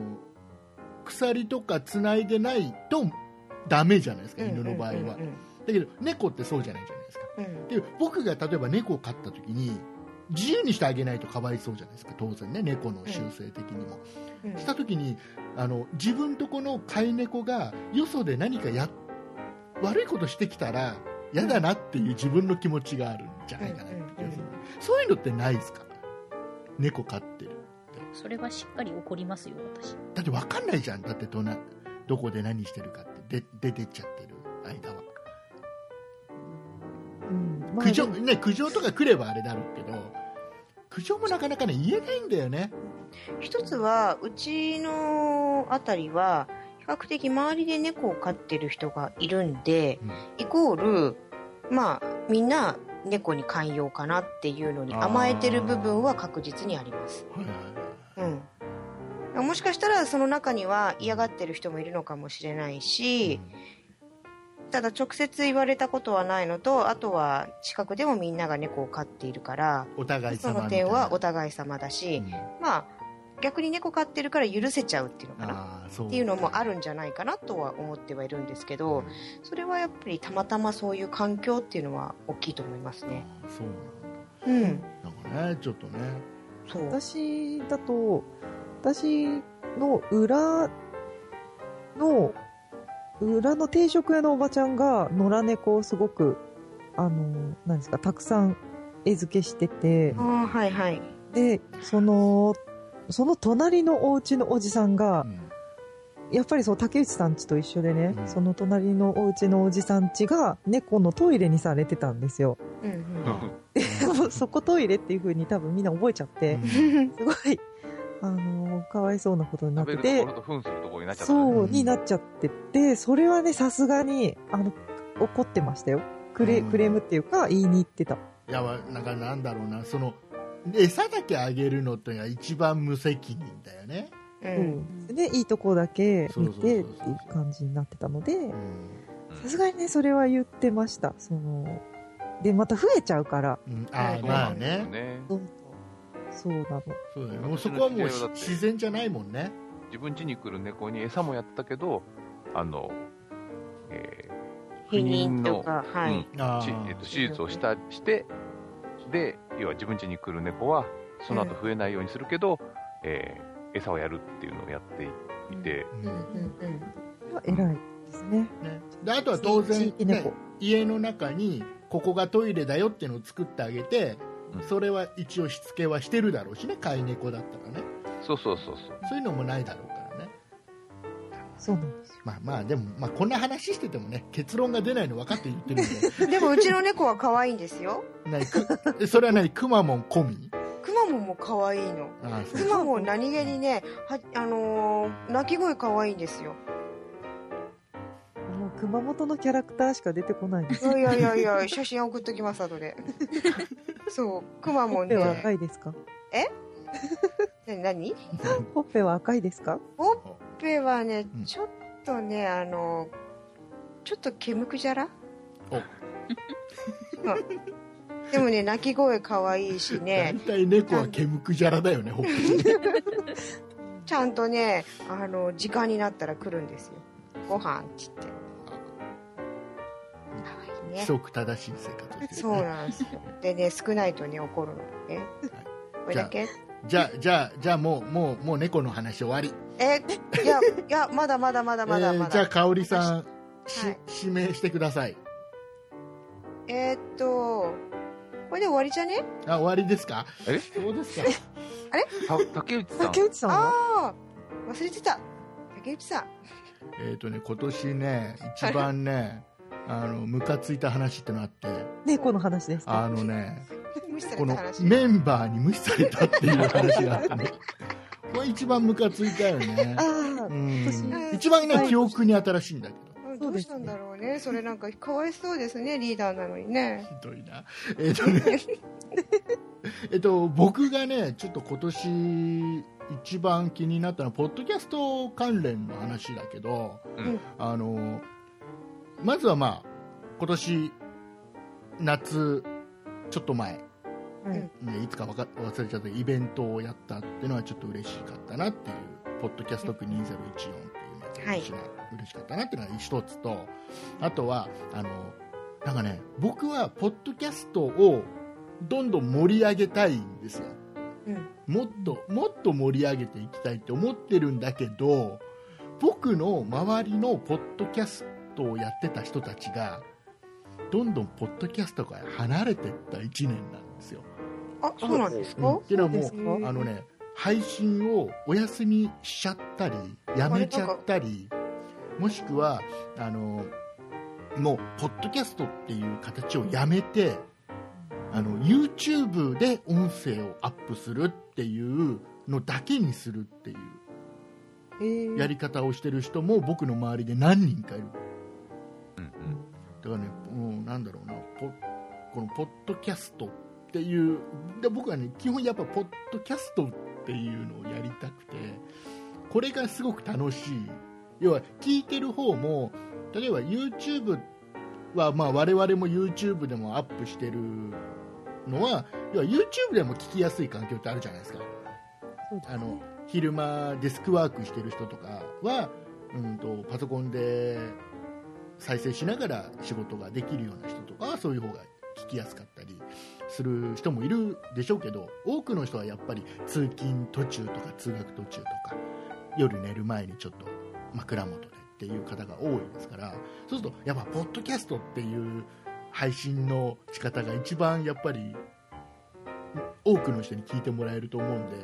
Speaker 1: 鎖とかつないでないとダメじゃないですか犬の場合は、
Speaker 3: うんうん
Speaker 1: だけど猫ってそうじゃないじゃないですか
Speaker 3: うんうん
Speaker 1: で僕が例えば猫を飼った時に自由にしてあげないとかわいそうじゃないですか当然ね猫の習性的にも、
Speaker 3: うんうん
Speaker 1: した時にあの自分とこの飼い猫がよそで何かや悪いことしてきたら嫌だなっていう自分の気持ちがあるんじゃないかなって気がする、
Speaker 3: うん
Speaker 1: そういうのってないですか猫飼ってる
Speaker 2: それはしっかり怒りますよ、私。
Speaker 1: だって分かんないじゃんだってどなどこで何してるかってで出てっちゃってる間は
Speaker 4: うんまあ
Speaker 1: 苦情,、
Speaker 4: でも
Speaker 1: ね、苦情とか来ればあれだろうけど苦情もなかなかね言えないんだよね
Speaker 3: 一つはうちのあたりは比較的周りで猫を飼ってる人がいるんで、
Speaker 1: うん
Speaker 3: イコールまあみんな猫に寛容かなっていうのに
Speaker 1: あー
Speaker 3: 甘えてる部分は確実にあります、
Speaker 1: はいはい
Speaker 3: うん、もしかしたらその中には嫌がってる人もいるのかもしれないし、ただ直接言われたことはないのとあとは近くでもみんなが猫を飼っているから
Speaker 1: お互い
Speaker 3: そ
Speaker 1: 様み
Speaker 3: の
Speaker 1: たい
Speaker 3: 点
Speaker 1: な
Speaker 3: はお互い様だし、
Speaker 1: うん
Speaker 3: まあ逆に猫飼ってるから許せちゃうっていうのかな
Speaker 1: ああそう
Speaker 3: っていうのもあるんじゃないかなとは思ってはいるんですけどそれはやっぱりたまたまそういう環境っていうのは大きいと思いますね。
Speaker 1: あーそう
Speaker 3: うん、
Speaker 1: なんだなんかねちょっとね
Speaker 3: そう
Speaker 4: 私だと私の裏の裏の定食屋のおばちゃんが野良猫をすごくあの何ですかたくさん餌付けしてて
Speaker 3: あーはいはい
Speaker 4: でそのその隣のお家のおじさんが、
Speaker 1: うん
Speaker 4: やっぱりそう竹内さん家と一緒でね、
Speaker 1: うん
Speaker 4: その隣のお家のおじさん家が猫のトイレにされてたんです よ
Speaker 3: うんうん
Speaker 4: そこトイレっていう風に多分みんな覚えちゃって、すごいあのーかわいそうなことになっ
Speaker 5: 食べ
Speaker 4: て
Speaker 5: る
Speaker 4: て
Speaker 5: ところと糞するところになっちゃったね、
Speaker 4: そう
Speaker 1: うん
Speaker 4: になっちゃっててそれはねさすがにあの怒ってましたよクレ,、
Speaker 1: うん
Speaker 4: クレームっていうか言いに行ってた
Speaker 1: いやわなんかなんだろうなその餌だけあげるのってのは一番無責任だよね、
Speaker 3: う
Speaker 4: うんんでいいとこだけ見てっていう感じになってたので
Speaker 1: うん
Speaker 5: うん
Speaker 4: さすがにねそれは言ってましたそのでまた増えちゃうから
Speaker 1: うん、あ
Speaker 3: う
Speaker 1: あ
Speaker 3: ん
Speaker 1: まあ
Speaker 5: そう
Speaker 1: ね
Speaker 5: ね
Speaker 4: そうなの
Speaker 1: そうだよねもうそこはもうし自然じゃないもんね
Speaker 5: 自分家に来る猫に餌もやったけどあの、え
Speaker 3: 否認とか
Speaker 5: ー
Speaker 3: は
Speaker 5: うん
Speaker 3: い、
Speaker 1: あ
Speaker 5: ち
Speaker 1: ー
Speaker 5: えっと、手術をしたしてで要は自分家に来る猫はその後増えないようにするけど、えー餌をやるっていうのをやっていて、
Speaker 1: うん
Speaker 3: うんうん
Speaker 4: それは偉いですね
Speaker 1: ね、であとは当
Speaker 4: 地
Speaker 1: 然、
Speaker 4: 域
Speaker 1: ね
Speaker 4: 猫、
Speaker 1: 家の中にここがトイレだよっていうのを作ってあげて、
Speaker 5: うん
Speaker 1: それは一応しつけはしてるだろうしね飼い猫だったらね
Speaker 5: そうそうそうそう
Speaker 1: そういうのもないだろうからね
Speaker 4: そうなんですよ
Speaker 1: まあまあでも、まあ、こんな話しててもね結論が出ないの分かって言ってるん
Speaker 3: うんでもうちの猫は可愛いんですよ
Speaker 1: でないく それは何くまモン込み
Speaker 3: くまモンも可愛いの
Speaker 1: ああそう
Speaker 3: くまモン何気にねはあのー鳴き声可愛いんですよ
Speaker 4: もう熊本のキャラクターしか出てこないんです
Speaker 3: いやいやいやい や写真送っときます後でそうくまモン
Speaker 4: ほっぺは
Speaker 3: ね
Speaker 4: 赤いですか
Speaker 3: ね何
Speaker 4: ほっぺは赤いですか
Speaker 3: ほっぺはね、
Speaker 1: うん
Speaker 3: ちょっとねあのちょっと煙くじゃら
Speaker 1: お
Speaker 3: うんでもね鳴き声可愛いしね
Speaker 1: 大体猫は毛むくじゃらだよねほっぺ
Speaker 3: ちゃんとねあの時間になったら来るんですよご飯って言って可愛いね
Speaker 1: 規則正しい生活をして
Speaker 3: そうなんですよでね少ないとね怒るのねこれだけ
Speaker 1: じゃあじゃあじゃあもうもうもう猫の話終わり
Speaker 3: え いやいやまだまだまだまだ
Speaker 1: え
Speaker 3: ま
Speaker 1: ーじゃあ
Speaker 3: だ
Speaker 1: 香織さん、し
Speaker 3: はい
Speaker 1: 指名してください
Speaker 3: えーっとこれで終わりじゃね
Speaker 1: あ終わりですか
Speaker 5: え
Speaker 1: そうですか
Speaker 5: た竹内さん
Speaker 4: 竹内さんは
Speaker 3: ああ忘れてた竹内さん
Speaker 1: えっ、とね今年ね一番ねあのムカついた話ってのあって
Speaker 4: 猫の話です
Speaker 1: あ
Speaker 4: か。
Speaker 1: のね
Speaker 3: 無視され
Speaker 1: こ
Speaker 3: た
Speaker 1: の
Speaker 3: 話
Speaker 1: メンバーに無視されたっていう話があってねこれ一番ムカついたよね
Speaker 4: あ、
Speaker 1: う
Speaker 4: あ、
Speaker 1: ん、一番ね記憶に新しいんだけど
Speaker 3: うんどうしたんだろうねそれなんかかわいそうですねリーダーなのにね
Speaker 1: ひどいな。えっ、とね、えっと、僕がね、ちょっと今年一番気になったのは、ポッドキャスト関連の話だけど、
Speaker 5: うん
Speaker 1: あの、まずはまあ、今年、夏、ちょっと前、
Speaker 4: はい
Speaker 1: ね、いつかわか忘れちゃったイベントをやったっていうのはちょっと嬉しかったなっていう、ポッドキャスト区2014っていうのが嬉しいな嬉しかったなっていうのが一つと、あとは、あの、なんかね、僕はポッドキャストをどんどん盛り上げたいんですよ。
Speaker 3: うん
Speaker 1: もっと、もっと盛り上げていきたいって思ってるんだけど、僕の周りのポッドキャストをやってた人たちが、どんどんポッドキャストから離れていった1年なんですよ。
Speaker 3: あそうなんです
Speaker 1: うん、っ
Speaker 3: か
Speaker 1: ていうのはもう
Speaker 4: そうですか
Speaker 1: あのね配信をお休みしちゃったりやめちゃったりもしくはあのもうポッドキャストっていう形をやめてあの YouTube で音声をアップするっていうのだけにするっていう
Speaker 4: えー
Speaker 1: やり方をしてる人も僕の周りで何人かいる
Speaker 5: うん
Speaker 1: だからね、もうなんだろうな、ポこのポッドキャストっていう、で僕はね、基本やっぱポッドキャストっていうのをやりたくて、これがすごく楽しい。要は、聞いてる方も、例えば YouTube は、まあ我々も YouTube でもアップしてるのは、要は YouTube でも聞きやすい環境ってあるじゃないですか。
Speaker 4: そうです
Speaker 1: あ
Speaker 4: ね
Speaker 1: の昼間デスクワークしてる人とかは、うん、とパソコンで再生しながら仕事ができるような人とかはそういう方が聞きやすかったりする人もいるでしょうけど多くの人はやっぱり通勤途中とか通学途中とか夜寝る前にちょっと枕元でっていう方が多いですからそうするとやっぱポッドキャストっていう配信の仕方が一番やっぱり多くの人に聞いてもらえると思うんで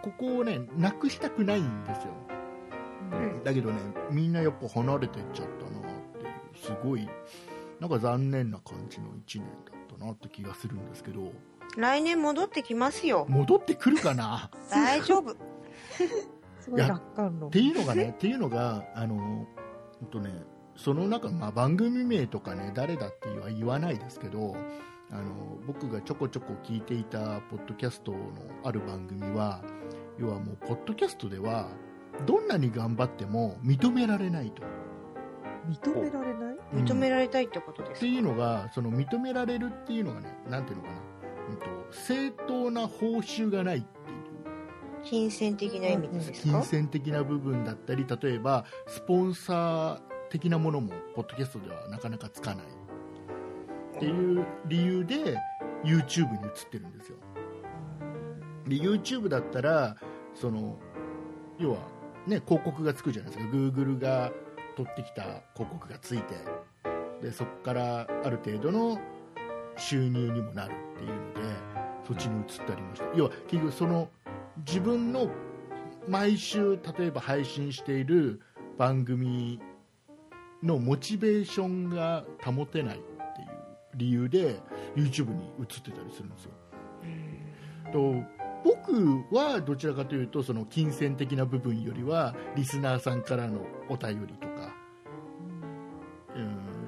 Speaker 1: ここをねなくしたくないんですよ
Speaker 3: うん
Speaker 1: だけどねみんなやっぱ離れてっちゃったなっていうすごいなんか残念な感じの1年だったなって気がするんですけど
Speaker 3: 来年戻ってきますよ
Speaker 1: 戻ってくるかな
Speaker 3: 大丈夫
Speaker 4: すごい楽観論
Speaker 1: って。いうのがねっていうのがあのほんとねその中、まあ、番組名とかね誰だっては言わないですけどあの僕がちょこちょこ聞いていたポッドキャストのある番組は要はもうポッドキャストではどんなに頑張っても認められないと。
Speaker 4: 認められない。
Speaker 1: うん
Speaker 3: 認められたいってことで
Speaker 1: っ
Speaker 3: す
Speaker 1: て
Speaker 3: か
Speaker 1: いうのがその認められるっていうのがねなんていうのかな、うん、と正当な報酬がないっていう
Speaker 3: 金銭的な意味でです
Speaker 1: 金
Speaker 3: か
Speaker 1: 銭的な部分だったり例えばスポンサー的なものもポッドキャストではなかなかつかないっていう理由で YouTube に移ってるんですよで YouTube だったらその要は、ね、広告がつくじゃないですか Google が取ってきた広告がついてでそこからある程度の収入にもなるっていうのでそっちに移ったりもして要は結局その自分の毎週例えば配信している番組のモチベーションが保てないっていう理由で YouTube に移ってたりするんですよ。と僕はどちらかというとその金銭的な部分よりはリスナーさんからのお便りとか、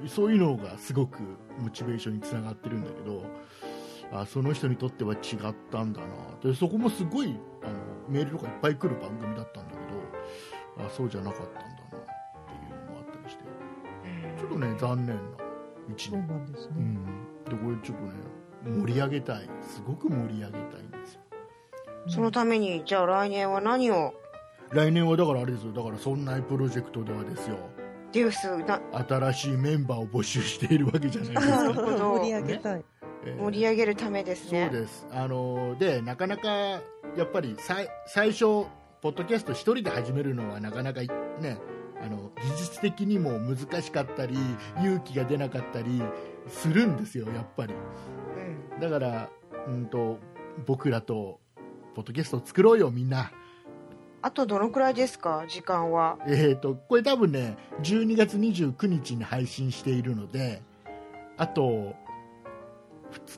Speaker 1: うん、そういうのがすごくモチベーションにつながってるんだけどあその人にとっては違ったんだなでそこもすごいあのメールとかいっぱい来る番組だったんだけどあそうじゃなかったんだなっていうのもあったりしてちょっとね残念な1年
Speaker 4: そうなんです
Speaker 1: う
Speaker 4: ね。
Speaker 1: ん、でこれちょっとね盛り上げたいすごく盛り上げたいんですよ
Speaker 3: そのためにじゃあ来年は何を
Speaker 1: 来年はだからあれですよだからそんなプロジェクトではですよ
Speaker 3: デュースな
Speaker 1: 新しいメンバーを募集しているわけじゃないです
Speaker 3: なる
Speaker 1: か、
Speaker 3: ほど
Speaker 4: 盛り上げたい。
Speaker 1: えー
Speaker 3: 盛り上げるためです
Speaker 1: そう
Speaker 3: ね
Speaker 1: ですあのでなかなかやっぱりさい最初ポッドキャスト一人で始めるのはなかなかねあの技術的にも難しかったり勇気が出なかったりするんですよやっぱり
Speaker 3: うん
Speaker 1: だから、うんと、僕らと、ポッドキャストを作ろうよ、みんな。
Speaker 3: あとどのくらいですか時間は
Speaker 1: えー、とこれ多分ね12月29日に配信しているのであと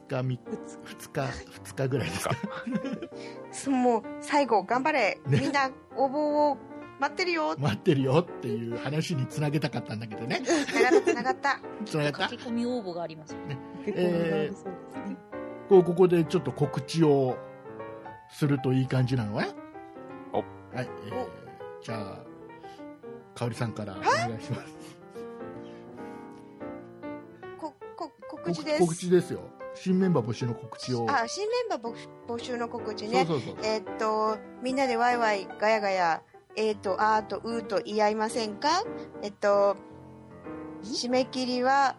Speaker 1: 2日 2, 日2日ぐらいですか
Speaker 3: すもう最後頑張れ、
Speaker 1: ね
Speaker 3: みんな応募を待ってるよ
Speaker 1: 待ってるよっていう話につなげたかったんだけどね
Speaker 3: つながったつ
Speaker 1: つな
Speaker 3: ながった
Speaker 1: がった
Speaker 2: 駆け込み応募がありますよね。
Speaker 4: 結構長いそうですね。
Speaker 1: こうここでちょっと告知をするといい感じなのね
Speaker 5: お
Speaker 1: はい、えー
Speaker 3: お
Speaker 1: じゃあ香織さんからお願いします
Speaker 3: ここ告
Speaker 1: 告
Speaker 3: 知です
Speaker 1: 告知ですよ新メンバー募集の告知を
Speaker 3: あ新メンバー募集募集の告知ね
Speaker 1: そうそうそう
Speaker 3: えーっとみんなでワイワイガヤガヤえーっとあーとうーと言い合いませんかえっと締め切りは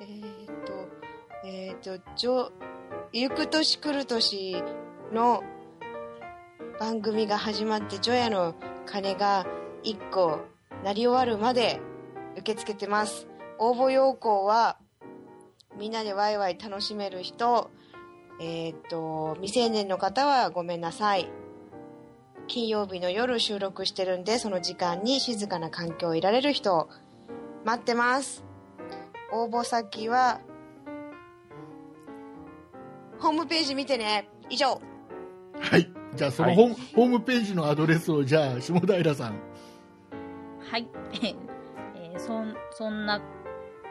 Speaker 3: えーっとえーっとじょ行く年来る年の番組が始まって除夜の鐘が1個鳴り終わるまで受け付けてます応募要項はみんなでワイワイ楽しめる人えーっと未成年の方はごめんなさい金曜日の夜収録してるんでその時間に静かな環境をいられる人待ってます応募先はホームページ見てね以上
Speaker 1: はいじゃあそのホーム,、ホームページのアドレスをじゃあ下平さん
Speaker 2: はい。 えーそん、そんな、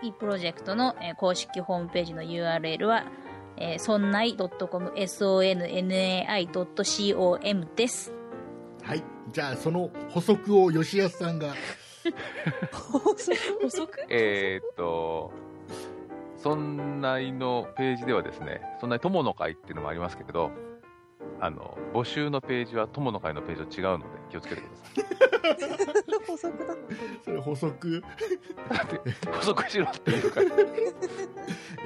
Speaker 2: いいプロジェクトの、えー公式ホームページの URL は、えー、そんない .com、sonnai.com です。
Speaker 1: はいじゃあその補足を吉安さんが
Speaker 2: 補足
Speaker 5: えーっと、そんないのページではですね、そんない友の会っていうのもありますけれど、あの、募集のページは友の会のページと違うので気をつけてください。
Speaker 4: 補足 だ。
Speaker 1: それ補足、
Speaker 5: 補足しろっていうか、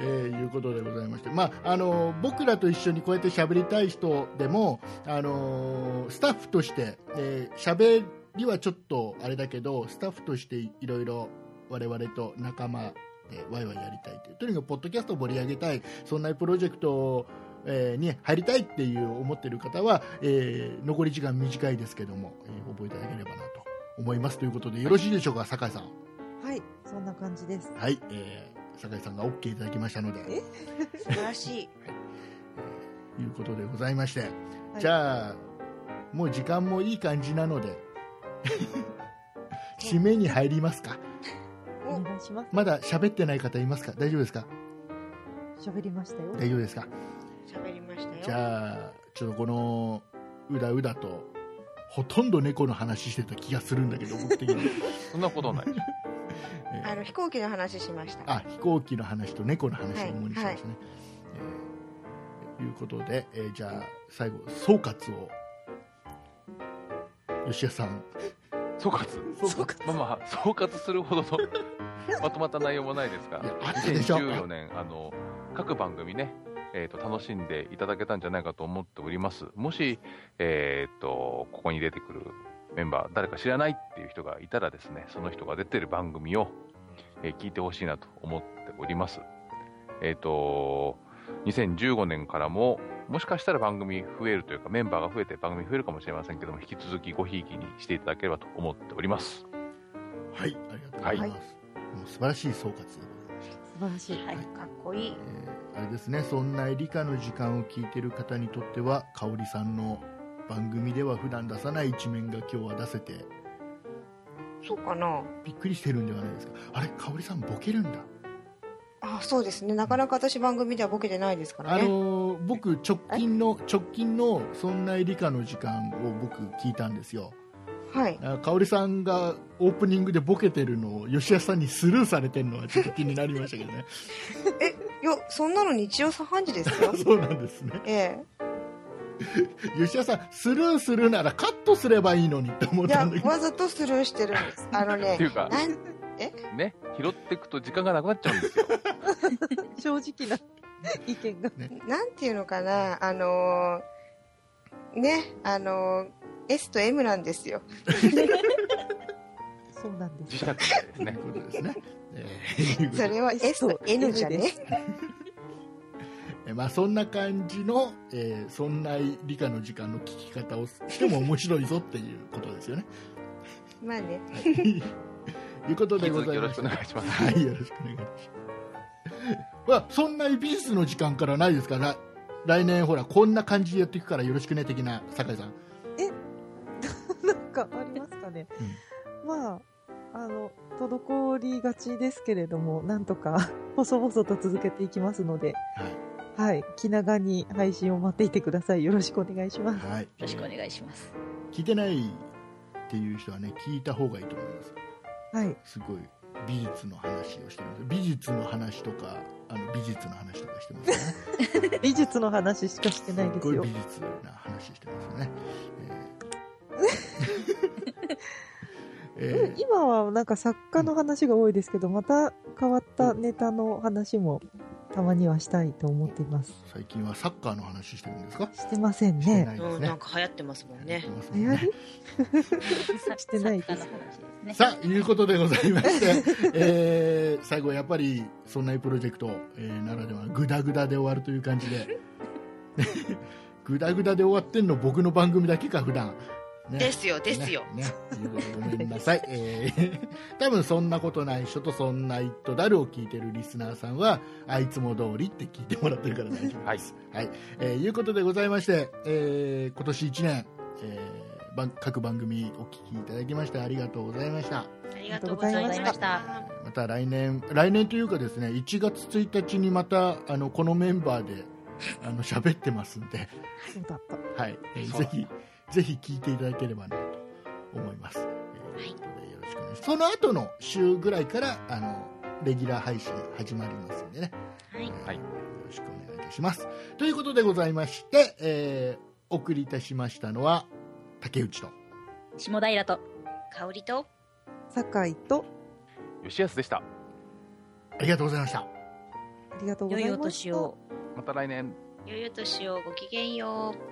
Speaker 1: えーいうことでございまして、まああの僕らと一緒にこうやって喋りたい人でも、あのスタッフとして、えー、喋りはちょっとあれだけどスタッフとしていろいろ我々と仲間でワイワイやりたいというとにかくポッドキャストを盛り上げたいそんなプロジェクトえーに入りたいっていう思ってる方は、えー残り時間短いですけども、えー覚えていただければなと思いますということでよろしいでしょうか酒井さん。
Speaker 4: はい、そんな感じです。
Speaker 1: はい、えー、酒井さんが OK いただきましたので、
Speaker 4: え
Speaker 3: 素晴らしい
Speaker 1: いうことでございまして、じゃあ、もう時間もいい感じなので、締めに入りますか。
Speaker 4: お願いしま
Speaker 1: まだ喋ってない方いますか大丈夫ですか
Speaker 4: す。喋りましたよ。
Speaker 1: 大丈夫ですか
Speaker 3: 喋りましたよ
Speaker 1: じゃあ、ちょっとこの、うだうだと、ほとんど猫の話してた気がするんだけど、僕的に。
Speaker 5: そんなことないでしょ。
Speaker 1: えー
Speaker 3: あの飛行機の話しました
Speaker 1: あ飛行機の話と猫の話を主にしましたね。と、いえーいうことで、えーじゃあ最後総括を吉谷さん
Speaker 5: 総括
Speaker 1: 総
Speaker 5: まあまあ、総括するほどのまとまった内容もないですが
Speaker 1: いや、あったでしょ
Speaker 5: 2014年、あの、各番組ね、えー、と楽しんでいただけたんじゃないかと思っております。もし、えー、とここに出てくるメンバー、誰か知らないっていう人がいたらですね、その人が出てる番組を、えー聞いてほしいなと思っております。えっ、と、2015年からも、もしかしたら番組増えるというか、メンバーが増えて番組増えるかもしれませんけども、引き続きごひいきにしていただければと思っております。
Speaker 1: はいありがとうございます、もう素晴らしい総括でございました
Speaker 4: 素晴らしい。
Speaker 2: はい、かっこいい。
Speaker 1: えーあれですねそんな理科の時間を聞いてる方にとっては香織さんの番組では普段出さない一面が今日は出せて
Speaker 3: そうかな
Speaker 1: びっくりしてるんではないですかあれ香織さんボケるんだ
Speaker 3: あそうですねなかなか私番組ではボケてないですから
Speaker 1: あ
Speaker 3: ね
Speaker 1: のー僕直近の直近の「そんな理科の時間」を僕聞いたんですよ
Speaker 3: はい
Speaker 1: あ香織さんがオープニングでボケてるのを吉安さんにスルーされてるのはちょっと気になりましたけどね
Speaker 3: いやそんなの日曜3時です よ
Speaker 1: そうなんですね
Speaker 3: え
Speaker 1: 吉安さんスルーするならカットすればいいのにって思
Speaker 3: え
Speaker 1: っ
Speaker 3: い
Speaker 1: た
Speaker 3: や
Speaker 1: んだけど
Speaker 3: わざとスルーしてるんですあの
Speaker 5: ってい
Speaker 3: ね
Speaker 5: うか、
Speaker 3: なん
Speaker 5: ね、拾っていくと時間がなくなっちゃうんですよ。
Speaker 4: 正直な意見が。
Speaker 3: なんていうのかなあのーねあのー S と M なんですよ
Speaker 4: そうなんです。
Speaker 5: 磁石み
Speaker 1: とい
Speaker 5: たいです
Speaker 1: う。
Speaker 5: ね
Speaker 1: ことですね、えーいうこと
Speaker 3: そ
Speaker 1: で
Speaker 3: れは S と N じゃね
Speaker 1: ええまあ、そんな感じの、えーそんな理科の時間の聞き方をしても面白いぞっていうことですよね。
Speaker 3: まあね。
Speaker 1: ということ
Speaker 5: 引
Speaker 1: で
Speaker 5: き
Speaker 1: ご
Speaker 5: 続
Speaker 1: ざ
Speaker 5: き
Speaker 1: い
Speaker 5: よろ
Speaker 1: ま
Speaker 5: し
Speaker 1: し
Speaker 5: くお
Speaker 1: た
Speaker 5: 願いします。
Speaker 1: はい、よろしくお願いします。まあ、そんなエビースの時間からないですから、来年ほら、こんな感じでやっていくからよろしくね、的な、酒井さん。
Speaker 4: なんかありますかね。まあ、あの、滞りがちですけれども、なんとか、 細々と続けていきますので、はい、気長に配信を待っていてください。よろしくお願いします。
Speaker 1: はい。
Speaker 2: ろしくお願いし ます。
Speaker 1: 聞いてないっていう人はね、聞いた方がいいと思います。
Speaker 4: はい、
Speaker 1: すごい美術の話をしてます。美術の話とか、あの美術の話とかしてますよね。
Speaker 4: 美術の話しかしてないです
Speaker 1: すっ
Speaker 4: よ
Speaker 1: ごい。美術な話してますね。えーえー
Speaker 4: 今はなんか作家の話が多いですけど、また変わったネタの話もたまにはしたいと思っています。
Speaker 1: 最近はサッカーの話してるんですか、
Speaker 4: してません
Speaker 1: して
Speaker 4: ね。
Speaker 1: ないで
Speaker 3: う
Speaker 1: す
Speaker 3: ん、
Speaker 1: ね
Speaker 3: なん。か流行ってますもん
Speaker 1: やって
Speaker 3: ね。
Speaker 1: ますもん
Speaker 4: 流行
Speaker 1: ね
Speaker 4: り
Speaker 2: して
Speaker 4: ない
Speaker 2: 作家の
Speaker 4: です
Speaker 2: 話ですね。
Speaker 1: さあ、いうことでございまして、 えー最後はやっぱり、そんなプロジェクト、えーならでは、グダグダで終わるという感じで、グダグダで終わってんの僕の番組だけか、普段。ね
Speaker 3: ですよ、ですよ。
Speaker 1: ねねごめんなさ い。えー、多分そんなことない人とそんな人とだるを聞いてるリスナーさんは、あいつも通りって聞いてもらってるから大丈夫です。はい。えーいうことでございまして、えー今年1年、えー番各番組お聞きいただきましてありがとうございました。
Speaker 3: ありがとうございまし
Speaker 2: ありがとうございま
Speaker 3: た。
Speaker 1: また来年、来年というかですね、1月1日にまた、あの、このメンバーで、あの、喋ってますんで、
Speaker 4: そうだった。
Speaker 1: はい、えー
Speaker 5: そう
Speaker 1: ぜひ、ぜひ聞いていただければなと思います。えー
Speaker 3: は
Speaker 1: という
Speaker 3: い
Speaker 1: ことでよろしくお願いします。その後の週ぐらいから、あの、レギュラー配信始まりますんでね、
Speaker 3: はい。
Speaker 5: はい
Speaker 1: よろしくお願いいたします。ということでございまして、えーお送りいたしましたのは、竹内と、
Speaker 2: 下平と。
Speaker 3: 香りと、
Speaker 4: 酒井と、
Speaker 5: 吉安でした。
Speaker 1: ありがとうございました。
Speaker 4: ありがとうご
Speaker 2: 良
Speaker 4: ざいま
Speaker 2: い
Speaker 4: した。
Speaker 2: お年を。
Speaker 5: また来年。
Speaker 3: よいお年をごきげんよう。